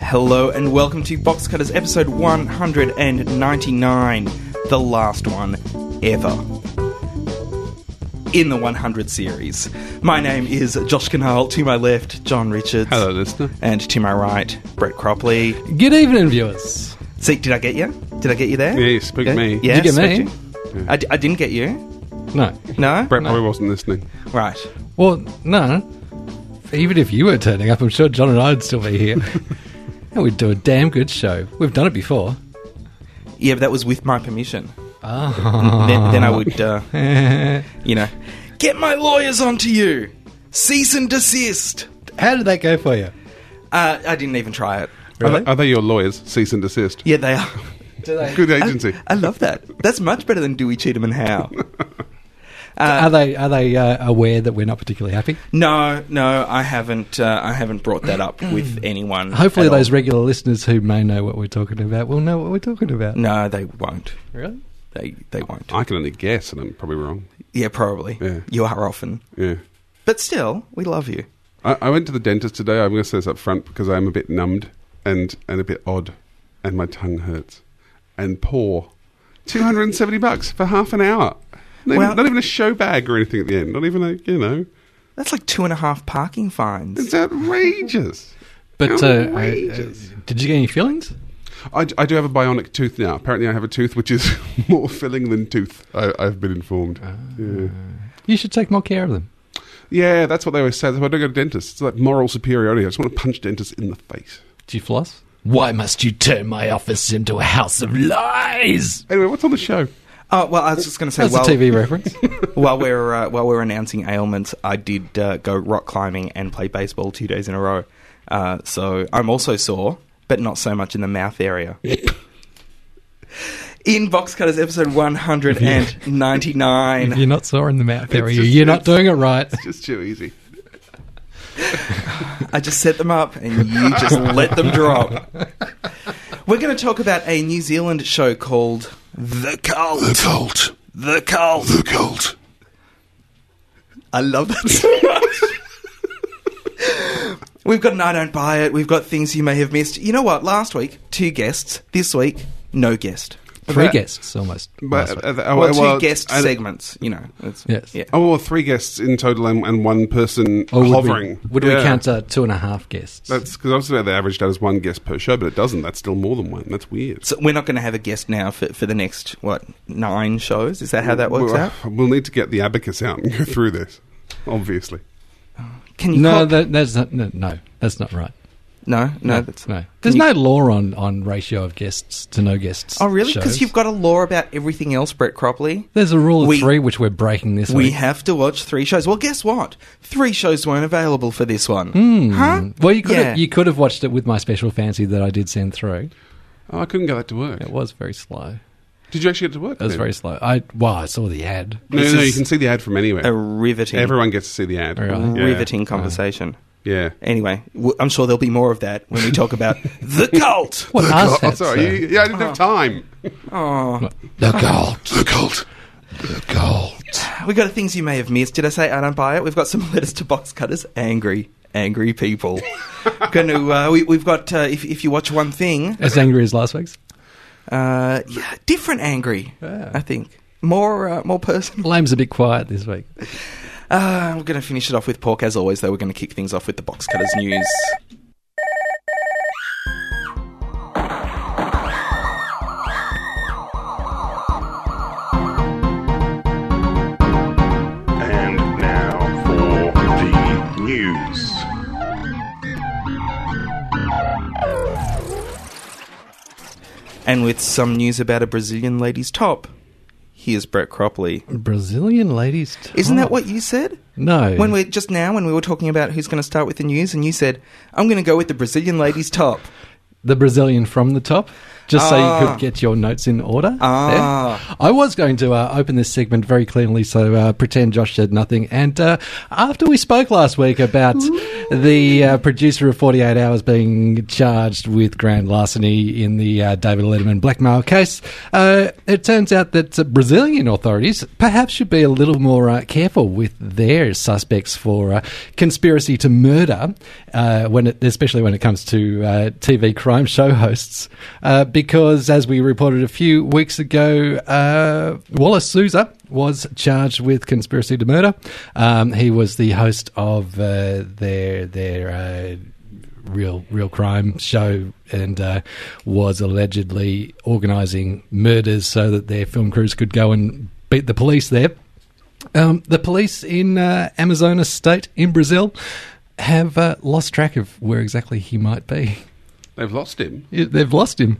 Hello and welcome to Box Cutters episode 199, the last one ever in the 100 series. My name is Josh Canal, to my left, John Richards. Hello, listener. And to my right, Brett Cropley. Good evening, viewers. Zeke, did I get you? Did I get you there? Yeah, you spooked Yeah? me. Yeah, Did you get spooked me? you. I, d- I didn't get you. No. No? Brett probably wasn't listening. Right. Well, no. Even if you were turning up, I'm sure John and I'd still be here. and we'd do a damn good show. We've done it before. Yeah, but that was with my permission. Ah. Then, then I would, uh, you know, get my lawyers onto you. Cease and desist. How did that go for you? Uh, I didn't even try it. Are, they, are they your lawyers? Cease and desist. Yeah, Oh. they are. Good I- agency. I, love that. That's much better than Dewey, Cheatham and Howe. are they are they uh, aware that we're not particularly happy? No, no, I haven't. Uh, I haven't brought that up with anyone. Hopefully, at all. those regular listeners who may know what we're talking about will know what we're talking about. no, they won't. Really? They they won't. Uh, I can only guess, and I'm probably wrong. Yeah, probably. Yeah. You are often, Yeah. but still, we love you. I, I went to the dentist today. I'm going to say this up front because I'm a bit numbed and, and a bit odd, and my tongue hurts. And poor. 270 bucks for half an hour. Not, Well- even, not even a show bag or anything at the end. Not even a, you know. That's like two and a half parking fines. It's outrageous. But uh, uh, uh, Outrageous. did you get any feelings? I, I do have a bionic tooth now. Apparently, I have a tooth which is more filling than tooth. I, I've been informed. Ah. Yeah. You should take more care of them. Yeah, that's what they always say. That's why I don't go to dentists. It's like moral superiority. I just want to punch dentists in the face. Do you floss? Why must you turn my office into a house of lies? Anyway, what's on the show? Oh well, I was just going to say That's while, a TV reference. while we're uh, while we're announcing ailments, I did uh, go rock climbing and play baseball two days in a row. Uh, so I'm also sore, but not so much in the mouth area. in Box Cutters episode 199. If you're not sore in the mouth area, just- you're not doing it right. It's just too easy. I just set them up and you just let them drop. We're going to talk about a New Zealand show called The Cult. The Cult. The Cult. The Cult. I love that so much. We've got an I Don't Buy It. We've got things you may have missed. You know what? Last week, two guests. This week, no guest. Three But- guests almost. But, last week. uh, uh, Oh, Well, two well, guest I- segments, you know. It's, Yes. Yeah. Oh, well, three guests in total and, and one person Or would hovering. we, would Yeah. we count uh, two and a half guests? That's because obviously they averaged out as one guest per show, but it doesn't. That's still more than one. That's weird. So we're not going to have a guest now for, for the next, what, nine shows? Is that how that works we'll, out? We'll need to get the abacus out and go through this. Obviously, Can you no, call- that, that's not, no, no, that's not right. No, no, that's no. Can There's you- no law on, on ratio of guests to no guests. Oh, really? Because shows. you've got a law about everything else, Brett Cropley. There's a rule of We- three which we're breaking this We week. have to watch three shows. Well, guess what? Three shows weren't available for this one. Huh? Hmm. Mm. well, you could Yeah. have, you could have watched it with my special fancy that I did send through. oh, I couldn't get that to work. It was very slow. Did you actually get to work? It was then? very slow. I well, I saw the ad. No, This no, you is can see the ad from anywhere. A riveting, Everyone gets to see the ad. Oh, Really? Yeah. riveting conversation. Yeah. Anyway, w- I'm sure there'll be more of that when we talk about the cult. What ass Oh, hat, sir? sorry. You, yeah, I didn't have time. Oh, The gold. The cult. The gold. we got things you may have missed. Did I say I don't buy it? We've got some letters to box cutters. Angry, angry people. Going to uh, we, we've got uh, if if you watch one thing, As angry as last week's. uh, yeah, different angry. Yeah. I think more uh, more personal. Lame's a bit quiet this week. Uh, we're going to finish it off with pork as always, though. We're going to kick things off with the box cutters news. And now for the news. And with some news about a Brazilian lady's top, here's Brett Cropley. Brazilian ladies. Isn't that top. what you said? No. When we just now, when we were talking about who's going to start with the news, and you said, "I'm going to go with the Brazilian lady's top." the Brazilian from the top, just so you Ah. could get your notes in order. Ah. there. I was going to uh, open this segment very cleanly, so uh, pretend Josh said nothing. And uh, after we spoke last week about the uh, producer of 48 Hours being charged with grand larceny in the uh, David Letterman blackmail case. Uh, it turns out that uh, Brazilian authorities perhaps should be a little more uh, careful with their suspects for uh, conspiracy to murder, uh, when it, especially when it comes to uh, TV crime show hosts. Uh, because, as we reported a few weeks ago, uh, Wallace Souza was charged with conspiracy to murder. Um, he was the host of uh, their their uh, real real crime show and uh, was allegedly organising murders so that their film crews could go and beat the police there. Um, the police in uh, Amazonas state in Brazil have uh, lost track of where exactly he might be. They've lost him. They've lost him.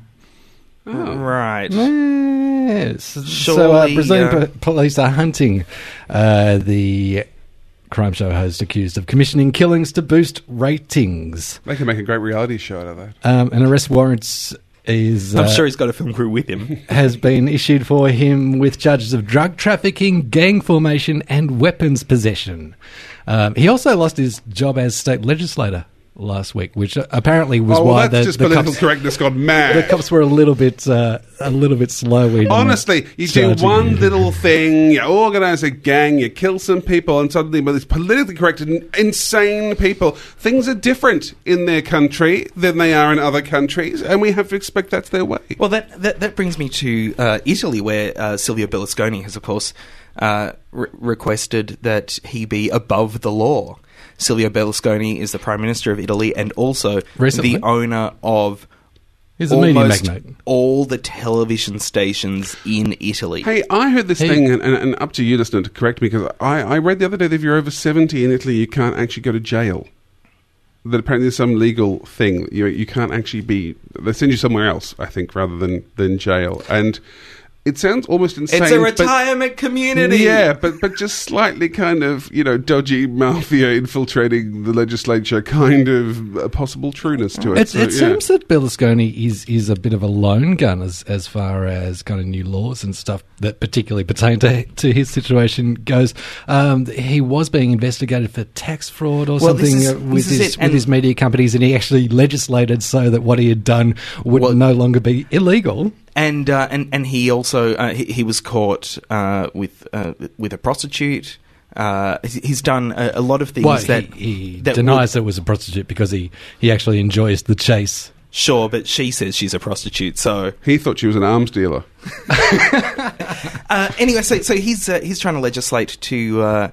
Oh. Oh. Right. Yes. so uh, Surely, Brazilian uh, po- police are hunting uh, the crime show host accused of commissioning killings to boost ratings. They can make a great reality show out of that. Um, an arrest warrant is I'm uh, sure he's got a film crew with him. has been issued for him with charges of drug trafficking, gang formation, and weapons possession. Um, he also lost his job as state legislator last week, which uh, apparently was oh, well, why that's the, just the political cops, correctness gone mad. the cops were a little bit uh, a little bit slow. in Honestly, you do charging one him. little thing, you organise a gang, you kill some people, and suddenly, well, these politically correct and insane people, things are different in their country than they are in other countries, and we have to expect that's their way. Well, that, that, that brings me to uh, Italy, where uh, Silvio Berlusconi has, of course, uh, re- requested that he be above the law. Silvio Berlusconi is the Prime Minister of Italy and also Recently? the owner of He's a media almost magnate. all the television stations in Italy. Hey, I heard this Hey. thing, and, and, and up to you, listener, to correct me, because I, I read the other day that if you're over 70 in Italy, you can't actually go to jail. That apparently there's some legal thing. that You, you can't actually be. They send you somewhere else, I think, rather than, than jail. And it sounds almost insane. it's a but- retirement community. Yeah, but but just slightly kind of you know dodgy mafia infiltrating the legislature kind of a possible trueness to it. It, So, it yeah. seems that Berlusconi is is a bit of a lone gun as as far as kind of new laws and stuff that particularly pertain to to his situation goes. Um, he was being investigated for tax fraud or Well, this something is- uh, with this is his it, with and- his media companies, and he actually legislated so that what he had done would Well- no longer be illegal. and uh, and and he also uh, he, he was caught uh, with uh, with a prostitute. Uh, he's- he's done a, a lot of things Well, that he, he that denies that would- it was a prostitute because he he actually enjoys the chase. Sure, but she says she's a prostitute. So he thought she was an arms dealer. uh, anyway, so so he's uh, he's trying to legislate to. Uh,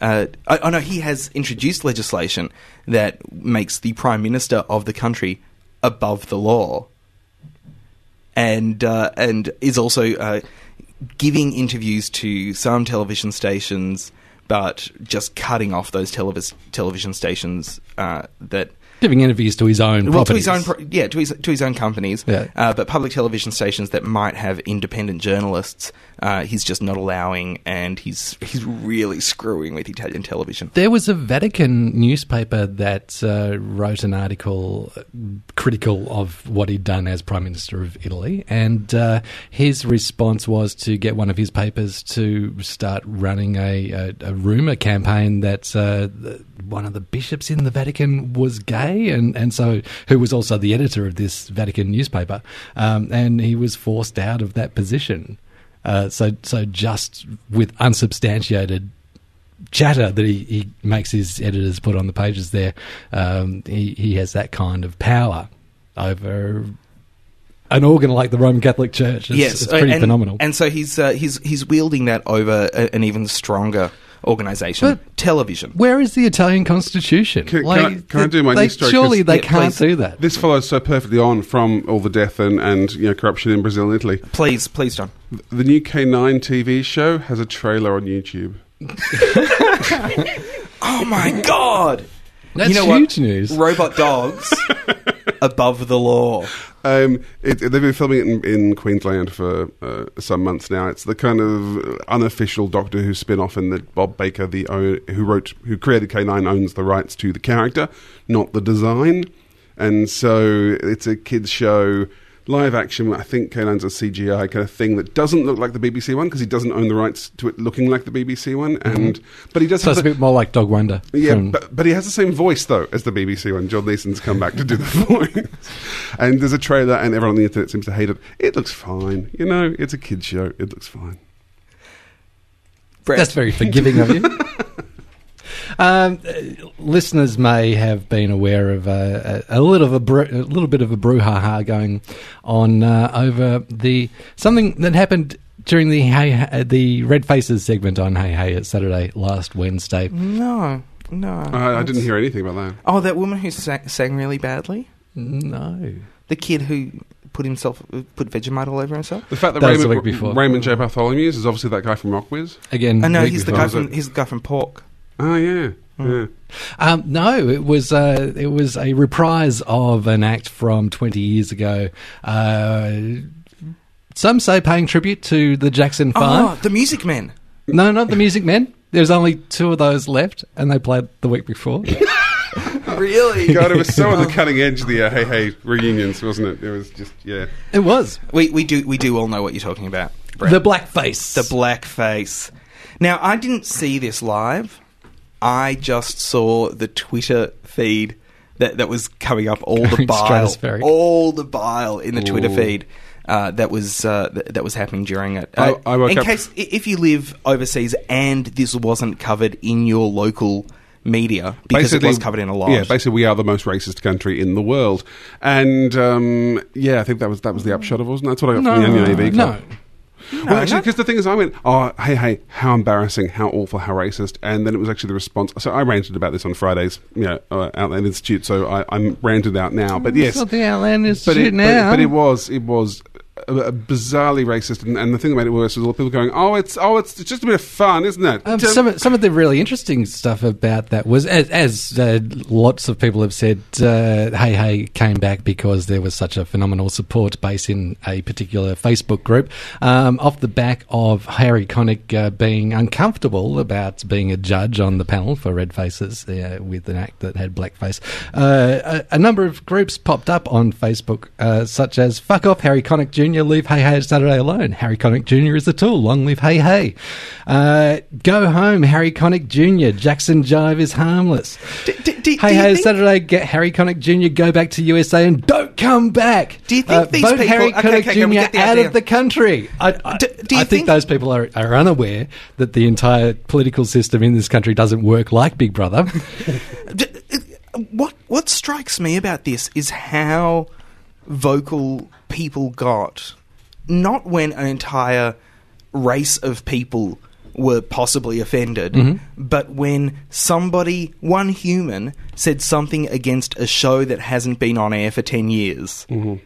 uh, oh oh, no, he has introduced legislation that makes the prime minister of the country above the law, and uh, and is also uh, giving interviews to some television stations, but just cutting off those televis- television stations uh, that Giving interviews to his own well, to properties. his own, pro- yeah, to his to his own companies, Yeah. uh, but public television stations that might have independent journalists, uh, he's just not allowing, and he's he's really screwing with Italian television. There was a Vatican newspaper that uh, wrote an article uh, critical of what he'd done as Prime Minister of Italy, and uh, his response was to get one of his papers to start running a, a, a rumor campaign that uh, the- one of the bishops in the Vatican was gay, and, and so who was also the editor of this Vatican newspaper, um, and he was forced out of that position. Uh, so, so just with unsubstantiated chatter that he, he makes his editors put on the pages there. Um, he, he has that kind of power over an organ like the Roman Catholic Church. It's, it's pretty and, phenomenal. And so he's uh, he's he's wielding that over a, an even stronger organization, But- television. where is the Italian Constitution? Can- can I- can I th- do my they- news story? Surely 'Cause- they Yeah, can't please. do that. This follows so perfectly on from all the death and, and you know corruption in Brazil and Italy. Please, please, John. The new K9 TV show has a trailer on YouTube. Oh my God! That's you know what? huge news. Robot dogs above the law. Um, it, it- they've been filming it in, in Queensland for uh, some months now. It's the kind of unofficial Doctor Who spin-off in that Bob Baker, the o- who wrote, who created K9, owns the rights to the character, not the design. And so it's a kids' show live action. I think K9's a CGI kind of thing that doesn't look like the BBC one because he doesn't own the rights to it looking like the BBC one. And but he Mm-hmm. does So have it's a the- bit more like Dog Wonder. Hmm. yeah, from- but, but he has the same voice though as the BBC when John Leeson's come back to do the voice. And there's a trailer, and everyone on the internet seems to hate it. It looks fine, you know. It's a kids show. It looks fine. Brett, That's very forgiving of you. Um, uh, listeners may have been aware of uh, a, a little of a, bru- a little bit of a brouhaha going on uh, over the something that happened during the hey, uh, the Red Faces segment on Hey Hey at Saturday last Wednesday. no, no. I, I That's- didn't hear anything about that. Oh, that woman who sang, sang really badly. No, The kid who put himself put Vegemite all over himself. The fact that, That was the Raymond, week before. Raymond J. Bartholomew's is obviously that guy from Rockwiz. again, I know week Oh, he's the before. guy was from it? he's the guy from Pork. Oh yeah, yeah. Um, no, it was uh, it was a reprise of an act from twenty years ago. Uh, some say paying tribute to the Jackson Five. Oh, the Music Man. No, not the Music Men. There's only two of those left, and they played the week before. Really? God, it was so on the cutting edge of the uh, Hey Hey reunions, wasn't it? It was just yeah. It was We we do we do all know what you're talking about. Brett. the blackface. The blackface. Now, I didn't see this live. I just saw the Twitter feed that, that was coming up. All the Going bile, stratospheric. all the bile in the Twitter Ooh. feed uh, that was uh, th- that was happening during it. I- Uh, I woke in up- case i- if you live overseas and this wasn't covered in your local media because it was covered in a lot. Yeah, basically, we are the most racist country in the world, and um, yeah, I think that was that was the upshot of it. Wasn't that? that's what I got no, from the Onion AV no. Club. well, actually, because the thing is, I went, oh, hey, hey, how embarrassing, how awful, how racist, and then it was actually the response. So I ranted about this on Fridays, you know, uh, Outland Institute. So I, I'm ranted out now, but yes, It's not the outlandish but shit it, now. Um, But, but it was it was uh, uh, bizarrely racist, and, and the thing that made it worse was all the people going, "Oh, it's oh, it's, it's just a bit of fun, isn't it?" Um, Don't- some, of- some of the really interesting stuff about that was, as, as uh, lots of people have said, uh, Hey Hey came back because there was such a phenomenal support base in a particular Facebook group, um, off the back of Harry Connick uh, being uncomfortable about being a judge on the panel for Red Faces uh, with an act that had blackface. Uh, a, a number of groups popped up on Facebook, uh, such as Fuck Off Harry Connick Jr., Leave Hey Hey Saturday Alone, Harry Connick Jr. is a tool, long live Hey Hey. Uh, go Home, Harry Connick Jr., Jackson Jive is harmless. D- d- d- hey do you Hey think- Saturday, get Harry Connick Jr., go back to USA and don't come back. Uh, Do you think these vote people- Harry okay, Connick okay, can we Jr. get the out idea? of the country? I, I, Do- do you I think, think- those people are, are unaware that the entire political system in this country doesn't work like Big Brother. D- what what strikes me about this is how vocal people got not when an entire race of people were possibly offended Mm-hmm. but when somebody one human said something against a show that hasn't been on air for 10 years Mm.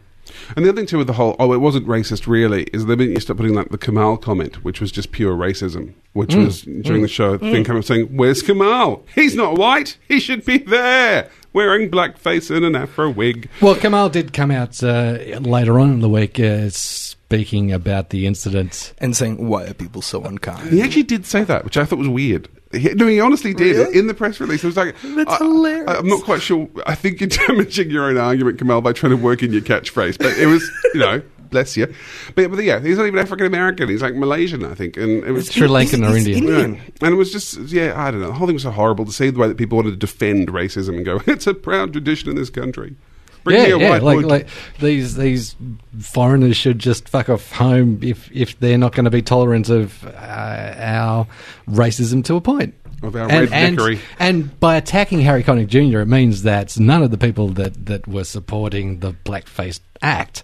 And the other thing too with the whole oh it wasn't racist really is the minute you start putting like the Kamal comment, which was just pure racism, which Mm. was during the show the thing coming up saying, "Where's Kamal? He's not white. He should be there wearing blackface and an afro wig." Well, Kamal did come out uh, later on in the week uh, speaking about the incident. and saying why are people so unkind He actually did say that, which I thought was weird. He, no, he honestly did in the press release. It was like That's I- hilarious. I, am not quite sure. I think you're damaging your own argument, Kamal, by trying to work in your catchphrase. But it was, you know, bless you. But, but yeah, he's not even African American. He's like Malaysian, I think. And it was Sri Lankan or he's Indian. Indian. Yeah. And it was just, yeah, I don't know. The whole thing was so horrible to see the way that people wanted to defend racism and go, it's a proud tradition in this country. Bring yeah, me a yeah, white like, wood. like these these foreigners should just fuck off home if if they're not going to be tolerant of uh, our racism to a point. Of our and, redneckery. and, and by attacking Harry Connick Jr., it means that none of the people that, that were supporting the blackface act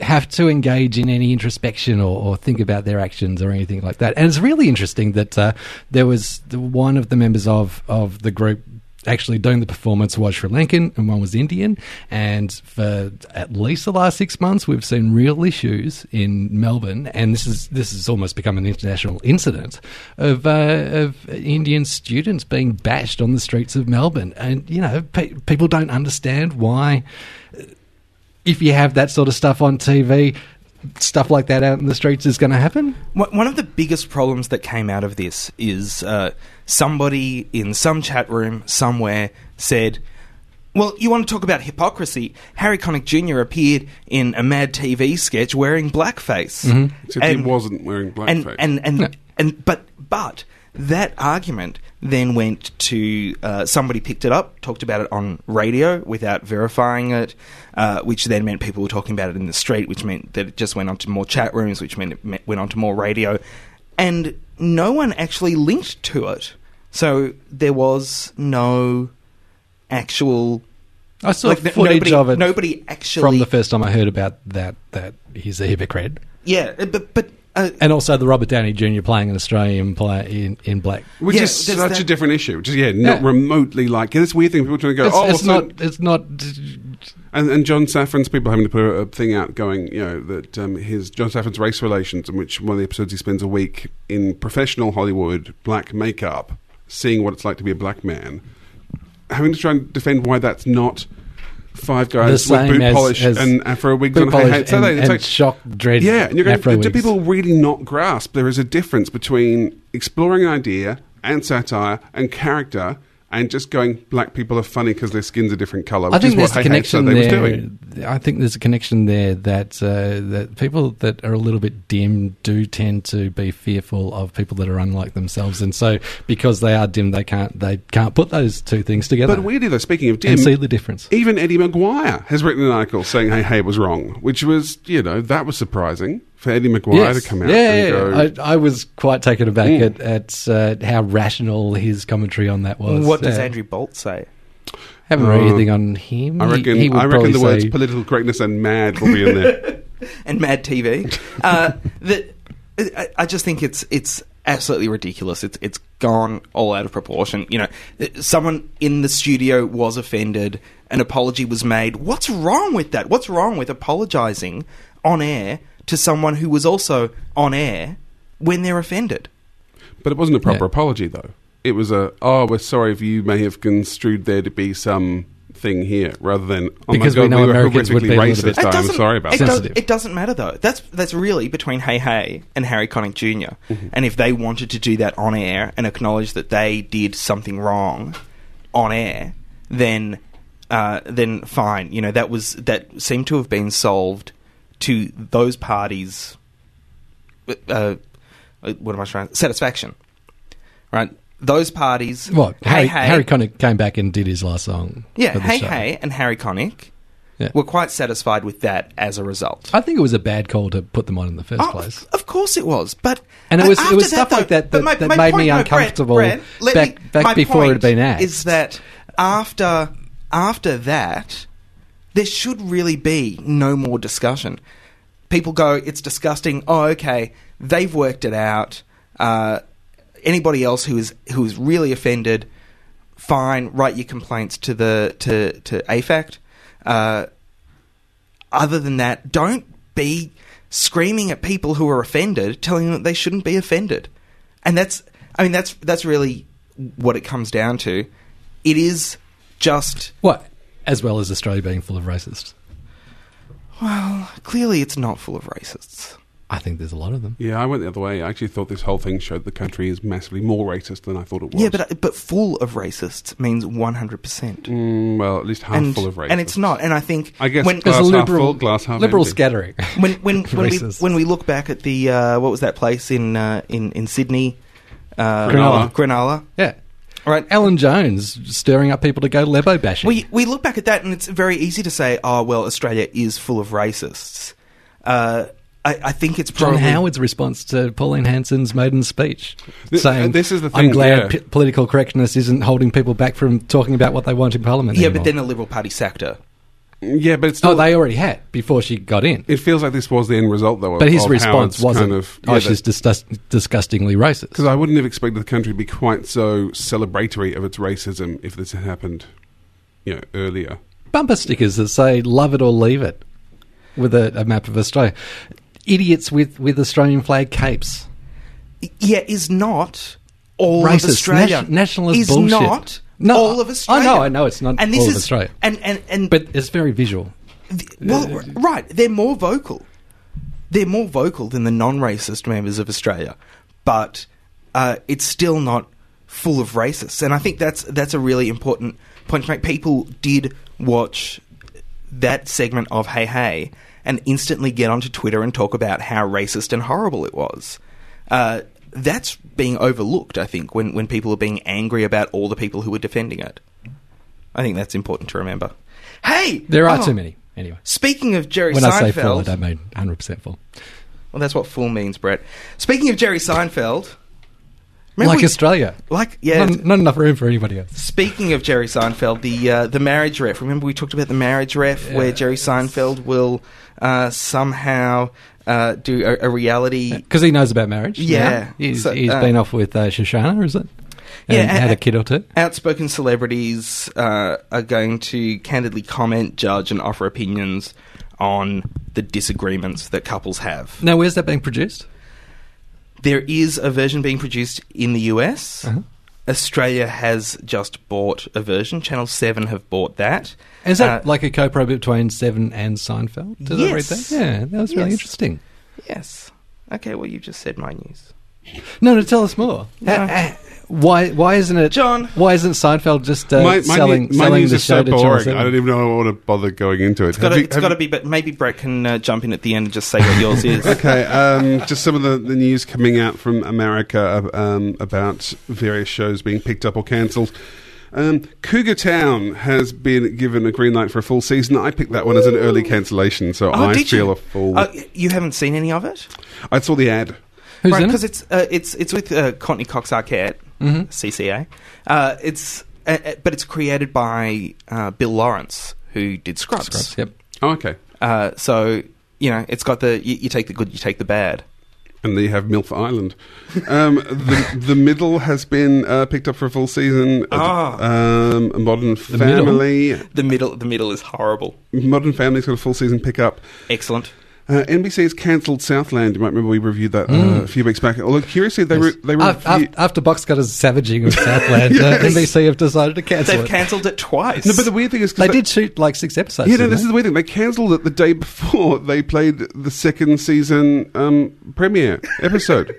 have to engage in any introspection or, or think about their actions or anything like that. And it's really interesting that uh, there was the, one of the members of, of the group actually doing the performance was Sri Lankan and one was Indian. And for at least the last six months, we've seen real issues in Melbourne, and this is this has almost become an international incident of uh, of Indian students being bashed on the streets of Melbourne. And you know, pe- people don't understand why if you have that sort of stuff on TV, stuff like that out in the streets is going to happen. One one of the biggest problems that came out of this is uh, somebody in some chat room somewhere said, Well, you want to talk about hypocrisy? Harry Connick Jr. appeared in a Mad TV sketch wearing blackface, Mm-hmm. Except he wasn't wearing and blackface. and and, and but but that argument then went to uh, somebody picked it up, talked about it on radio without verifying it, uh, which then meant people were talking about it in the street, which meant that it just went onto more chat rooms, which meant it me- went onto more radio, and no one actually linked to it. So there was no actual I saw th- footage nobody, of it Nobody actually from the first time I heard about that. That he's a hypocrite, yeah, uh, but but uh, and also the Robert Downey Jr. playing an Australian play in, in black. Which Yeah, is there's such that- a different issue. Which is, yeah, not Yeah. remotely like this weird thing. People trying to go, It's, oh, it's well, so- not. It's not. And, and John Safran's people having to put a, a thing out going, you know, that um, his John Safran's race relations, in which one of the episodes he spends a week in professional Hollywood black makeup, seeing what it's like to be a black man, having to try and defend why that's not five guys The with boot same as- polish as and afro wigs Boot on. Hey, hey, polish it's like- and, it's and like- shock dread. yeah, and you're Afro going, do wigs. people really not grasp there is a difference between exploring an idea and satire and character and just going black people are funny because their skin's a different color, I which think is what there's Hey a Hey said connection they was there. doing. I think there's a connection there that uh, that people that are a little bit dim do tend to be fearful of people that are unlike themselves, and so because they are dim, they can't they can't put those two things together But weirdly, though, speaking of and see dim, the difference. even Eddie Maguire has written an article saying Hey Hey was wrong, which was, you know, that was surprising for Eddie Maguire Yes. to come out yeah, and yeah, go. "Hmm." yeah. I, I was quite taken aback at, at uh, how rational his commentary on that was. what does Yeah. Andrew Bolt say? Haven't read Uh, anything on him. I He- reckon, he would I reckon probably the words say- political correctness and mad will be in there. and Mad TV. Uh, the, I, I just think it's it's absolutely ridiculous. It's it's gone all out of proportion. You know, someone in the studio was offended. An apology was made. What's wrong with that? What's wrong with apologising on air to someone who was also on air when they're offended? But it wasn't a proper Yeah. apology, though. It was a, oh, we're sorry if you may have construed there to be some thing here, rather than, oh Because we my God, we, know were Americans would horrifically be a little racist. bit- I'm doesn't- sorry about it that. does- Sensitive. it doesn't matter though. That's that's really between Hey Hey and Harry Connick junior Mm-hmm. And if they wanted to do that on air and acknowledge that they did something wrong on air, then uh, then fine. You know that was that seemed to have been solved to those parties. Uh, uh, what am I trying? Satisfaction, right? Those parties. What? Hey Harry, Hey. Harry Connick came back and did his last song. Yeah. for the Hey show. Hey and Harry Connick. Yeah. were quite satisfied with that as a result. I think it was a bad call to put them on in the first Oh, place. Of course it was, but And it a- was- it after was stuff like that but that- that made me point- no, Brett, uncomfortable Brett, let back- back my before it had point been axed. Is that after after that there should really be no more discussion. People go, it's disgusting. Oh, okay, they've worked it out. Uh, anybody else who is who is really offended, fine, write your complaints to the to to AFACT. Uh, other than that, don't be screaming at people who are offended, telling them that they shouldn't be offended. And that's, I mean, that's that's really what it comes down to. It is just What? As well as Australia being full of racists. well, clearly it's not full of racists. I think there's a lot of them. Yeah, I went the other way. I actually thought this whole thing showed the country is massively more racist than I thought it was. Yeah, but but full of racists means one hundred percent. Mm, well, at least half And full of racists. and it's not. And I think I guess uh, when Glass There's a half liberal- full, glass half Liberal empty. scattering. when when when we, Racist. when we look back at the uh, what was that place in uh, in in Sydney, uh, Cronulla. Cronulla. yeah. All right, Alan Jones stirring up people to go Lebo bashing. We we look back at that, and it's very easy to say, "Oh, well, Australia is full of racists." Uh, I, I think it's John probably Howard's response to Pauline Hanson's maiden speech, Th- saying, uh, this is the "I'm thing, glad yeah. p- political correctness isn't holding people back from talking about what they want in Parliament." yeah, anymore. but then the Liberal Party sacked her. Yeah, but it's oh, not. they already had before she got in. it feels like this was the end result, though. But of- his of response Howard's wasn't. Kind of, oh, she's disgust- disgustingly racist. because I wouldn't have expected the country to be quite so celebratory of its racism if this had happened, you know, earlier. bumper stickers that say "Love it or leave it," with a, a map of Australia. Idiots with, with Australian flag capes. Y- Yeah, is not all Racist. of Australia Nation- nationalist is bullshit. not No, all of I- I Australia. know, I know it's not and this all of is, Australia. And and and But it's very visual. th- well, r- right, they're more vocal. They're more vocal than the non-racist members of Australia, but uh, it's still not full of racists. And I think that's that's a really important Punch Blank, people did watch that segment of Hey Hey and instantly get onto Twitter and talk about how racist and horrible it was. Uh, that's being overlooked, I think, when, when people are being angry about all the people who were defending it. I think that's important to remember. Hey! There are oh, too many. Anyway, Speaking of Jerry when Seinfeld. I say full, I don't mean 100% full. Well, that's what fool means, Brett. Speaking of Jerry Seinfeld, remember Like we- Australia. like yeah. Not, not enough room for anybody else. Speaking of Jerry Seinfeld, the uh, the marriage ref. Remember we talked about the marriage ref, where Jerry Seinfeld will uh, somehow uh, do a, a reality. Because he knows about marriage. Yeah. now. He's, So, he's uh, been off with uh, Shoshana, is it? And Yeah, had and- a kid or two. Outspoken celebrities uh, are going to candidly comment, judge, and offer opinions on the disagreements that couples have. Now, where's that being produced? There is a version being produced in the US. Uh-huh. Australia has just bought a version. Channel Seven have bought that. Is that Uh, like a co-pro between Seven and Seinfeld? Did I read Yes. that? Yeah, that was really Yes. interesting. Yes. Okay, well, you just said my news. No, no, tell us more. No. Ha- ha- why? Why isn't it John. Why isn't Seinfeld just uh, my, my, selling ne- my selling news the is show so to Channel boring. 7? I don't even know I want to bother going into it. It's got to be, but maybe Brett can uh, jump in at the end and just say what yours is. Okay, um, just some of the, the news coming out from America um, about various shows being picked up or cancelled. Um, Cougar Town has been given a green light for a full season. I picked that one as an early cancellation, so Oh, I did feel you? a fool. Oh, you haven't seen any of it, I saw the ad. Who's right? in Because it? Mm-hmm. it's uh, it's it's with uh, Courtney Cox Arquette, CCA. Uh, it's uh, uh, but it's created by uh, Bill Lawrence, who did Scrubs. Scrubs, Yep. Oh, okay. Uh, so you know, it's got the you, you take the good, you take the bad. And they have MILF Island. Um, the, the Middle has been uh, picked up for a full season. Ah. Um, Modern Middle? Family. The middle the middle is horrible. Modern Family's got a full season pickup. Excellent. Uh, NBC has cancelled Southland. You might remember we reviewed that Mm. uh, a few weeks back. Although curiously, they were they were Af- af- review- after Box got his savaging of Southland, uh, NBC have decided to cancel They've it. cancelled it twice. no, but the weird thing is 'cause they did shoot like six episodes. Yeah, no, didn't this they? is the weird thing. They cancelled it the day before they played the second season um, premiere episode.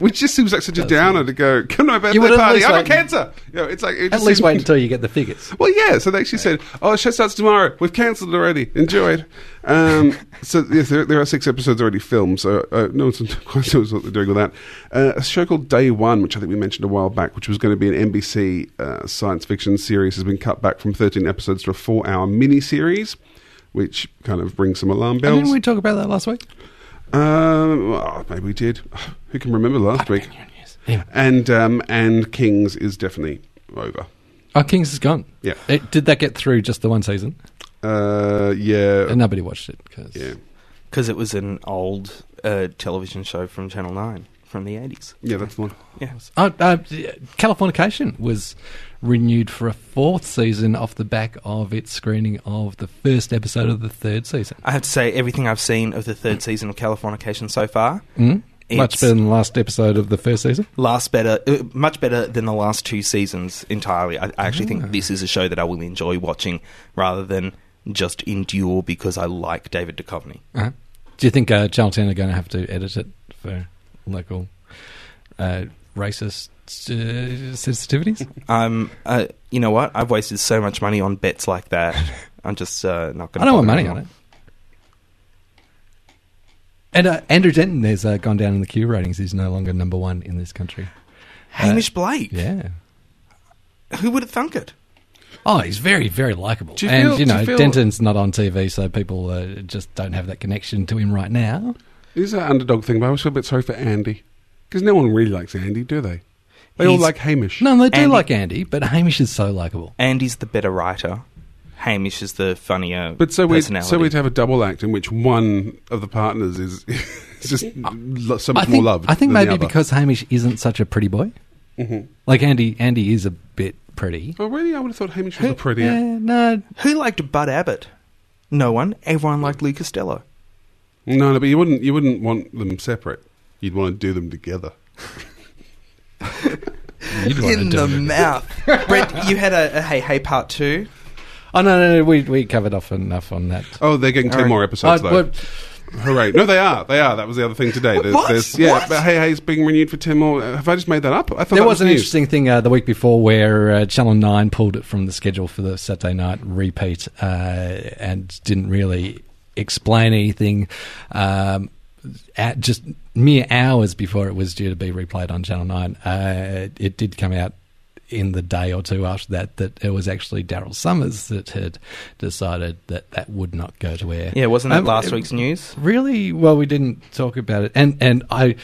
Which just seems like such a downer to go, come to my birthday would at party, least I've got wait- cancer. You know, it's like, it At just least seems- wait until you get the figures. Well, yeah. So they actually said, "Oh, the show starts tomorrow. We've cancelled it already. Enjoy it." Um, so yes, there, there are six episodes already filmed. So uh, no one's quite knows what they're doing with that. Uh, a show called Day One, which I think we mentioned a while back, which was going to be an NBC uh, science fiction series, has been cut back from thirteen episodes to a four-hour mini-series, which kind of brings some alarm And didn't bells. we talk about that last week? um, well, maybe we did. Who can remember last week? Anyway. And um, and Kings is definitely over. Oh, Kings is gone. Yeah. It, did that get through just the one season? Uh, yeah. And nobody watched it. 'cause- yeah. because it was an old uh, television show from Channel Nine from the eighties. Yeah, that's the one. Yeah. Uh, uh, Californication was renewed for a fourth season off the back of its screening of the first episode of the third season. I have to say, everything I've seen of the third season of Californication so far, Mm? Much It's- better than the last episode of the first season. last better, uh, much better than the last two seasons entirely. I, I actually Ah. think this is a show that I will enjoy watching rather than just endure because I like David Duchovny. Uh-huh. Do you think uh, Channel 10 are going to have to edit it for local uh, racist uh, sensitivities? Um, uh, you know what? I've wasted so much money on bets like that. I'm just uh, not going. I don't want money on it. And uh, Andrew Denton has uh, gone down in the Q ratings. He's no longer number one in this country. Hamish Blake. Uh, Yeah. Who would have thunk it? Oh, he's very, very likable. Do you and, feel- you do know, you feel- Denton's not on TV, so people uh, just don't have that connection to him right now. It is an underdog thing, but I always feel a bit sorry for Andy. Because no one really likes Andy, do they? They all He's- like Hamish. No, they do Andy- like Andy, but Hamish is so likable. Andy's the better writer. Hamish is the funnier. But so we'd, personality. so we'd have a double act in which one of the partners is, is just lo- so much I think, more loved. I think than maybe the other. Mm-hmm. because Hamish isn't such a pretty boy. Like Andy, Andy is a bit pretty. Oh, really? I would have thought Hamish was a prettier. Yeah, no, Who liked Bud Abbott? No one. Everyone liked Lou Costello. No, no, but you wouldn't, you wouldn't want them separate. You'd want to do them together. you'd want to In do the it. mouth. Brett, you had a, a Hey Hey part two. Oh no, no, no, we we covered off enough on that. Oh, they're getting 10 Alright. more episodes, Uh, though. well, Hooray! No, they are. They are. That was the other thing today. There's, What? there's yeah. What? But hey, hey, it's being renewed for ten more. Have I just made that up? I thought There that was an news. interesting thing uh, the week before where uh, Channel 9 pulled it from the schedule for the Saturday night repeat uh, and didn't really explain anything um, at just mere hours before it was due to be replayed on Channel 9. Uh, it did come out in the day or two after that that it was actually Daryl Summers that had decided that that would not go to air. Yeah, wasn't that Um, last it- week's news? really well we didn't talk about it and and i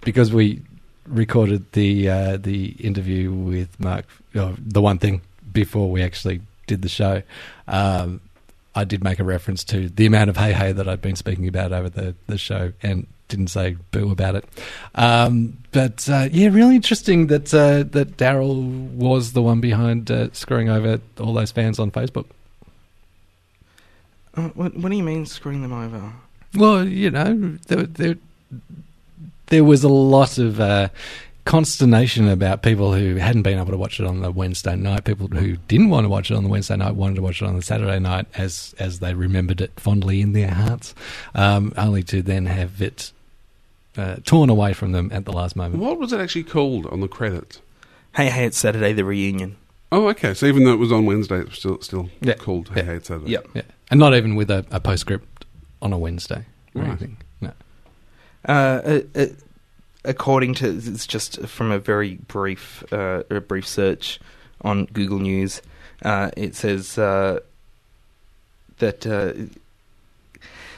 because we recorded the uh the interview with mark uh, the one thing before we actually did the show um i did make a reference to the amount of hey hey that i'd been speaking about over the the show and didn't say boo about it um but uh yeah really interesting that uh that daryl was the one behind uh, screwing over all those fans on facebook Uh, what, what do you mean screwing them over? Well, you know, there there, there was a lot of uh, consternation about people who hadn't been able to watch it on the Wednesday night. People who didn't want to watch it on the Wednesday night wanted to watch it on the Saturday night, as as they remembered it fondly in their hearts, um, only to then have it. Uh, torn away from them at the last moment. What was it actually called on the credits? Hey, hey, it's Saturday, the reunion. Oh, okay. So even though it was on Wednesday, it was still still Yeah. called Hey Yeah. Hey It's Saturday. Yep. Yeah. And not even with a, a postscript on a Wednesday or Right. anything. No. Uh, it- it- according to it's just from a very brief uh, a brief search on Google News, uh, it says uh, that uh,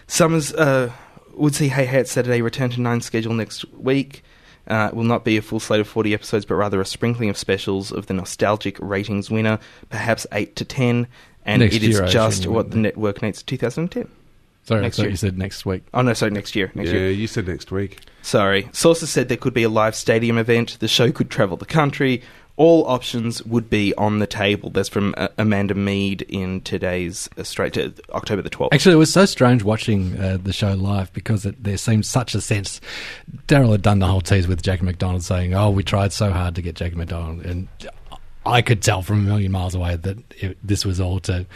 Summers uh, would see Hey Hat Saturday return to nine schedule next week. Uh, it will not be a full slate of 40 episodes, but rather a sprinkling of specials of the nostalgic ratings winner, perhaps 8 to 10, and Next it is year, I just assume, what the wouldn't network needs 2010. Sorry, I Next thought year. you said next week. Oh, no, sorry, next year. Next Yeah, year. you said next week. Sorry. Sources said there could be a live stadium event. The show could travel the country. All options would be on the table. That's from uh, Amanda Mead in today's uh, straight to October the 12th. Actually, it was so strange watching uh, the show live because it, there seemed such a sense. Daryl had done the whole tease with Jackie McDonald saying, "Oh, we tried so hard to get Jackie McDonald," and I could tell from a million miles away that it, this was all to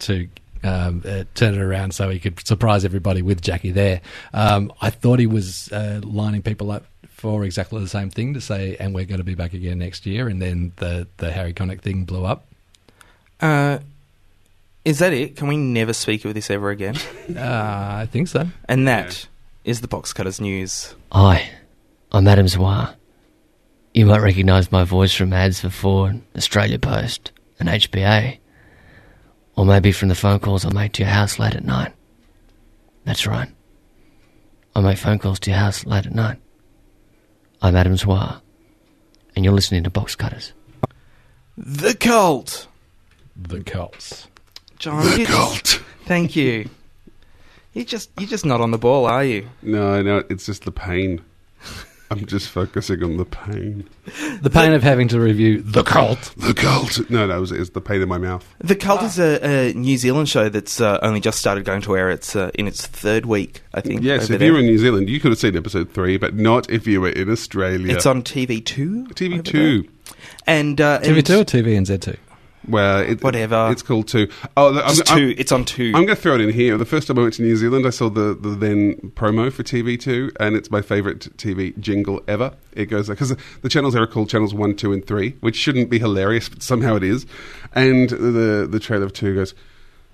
to um, uh, turn it around so he could surprise everybody with Jackie there. Um, I thought he was uh, lining people up for exactly the same thing to say, "And we're going to be back again next year," and then the the Harry Connick thing blew up. Uh, is that it? Can we never speak of this ever again? Uh, I think so. And that is the Box Cutters News. Hi, I'm Adam Zwar. You might recognise my voice from ads for Ford, Australia Post, and HBA. Or maybe from the phone calls I make to your house late at night. That's right. I make phone calls to your house late at night. I'm Adam Zwar, and you're listening to Box Cutters. The Cult. The Colts. John. The Cult. Thank you. You just you're just not on the ball, are you? No, no, it's just the pain. I'm just focusing on the pain. The pain of having to review The Cult. The cult. No, no, it's, it's the pain in my mouth. The Cult is a, a New Zealand show that's uh, only just started going to air. It's uh, in its third week, I think. Yes, over if there. you were in New Zealand, you could have seen episode three, but not if you were in Australia. It's on TV two. TV over two. there. And uh, TV and- two or TV and Z two? Well, it, Whatever. It's called two. Oh, I'm, Just I'm, 2 it's on two. I'm going to throw it in here. The first time I went to New Zealand, I saw the, the then promo for TV2, and it's my favourite TV jingle ever. It goes like, because the channels there are called channels 1, 2, and 3, which shouldn't be hilarious, but somehow it is. And the, the trailer of 2 goes,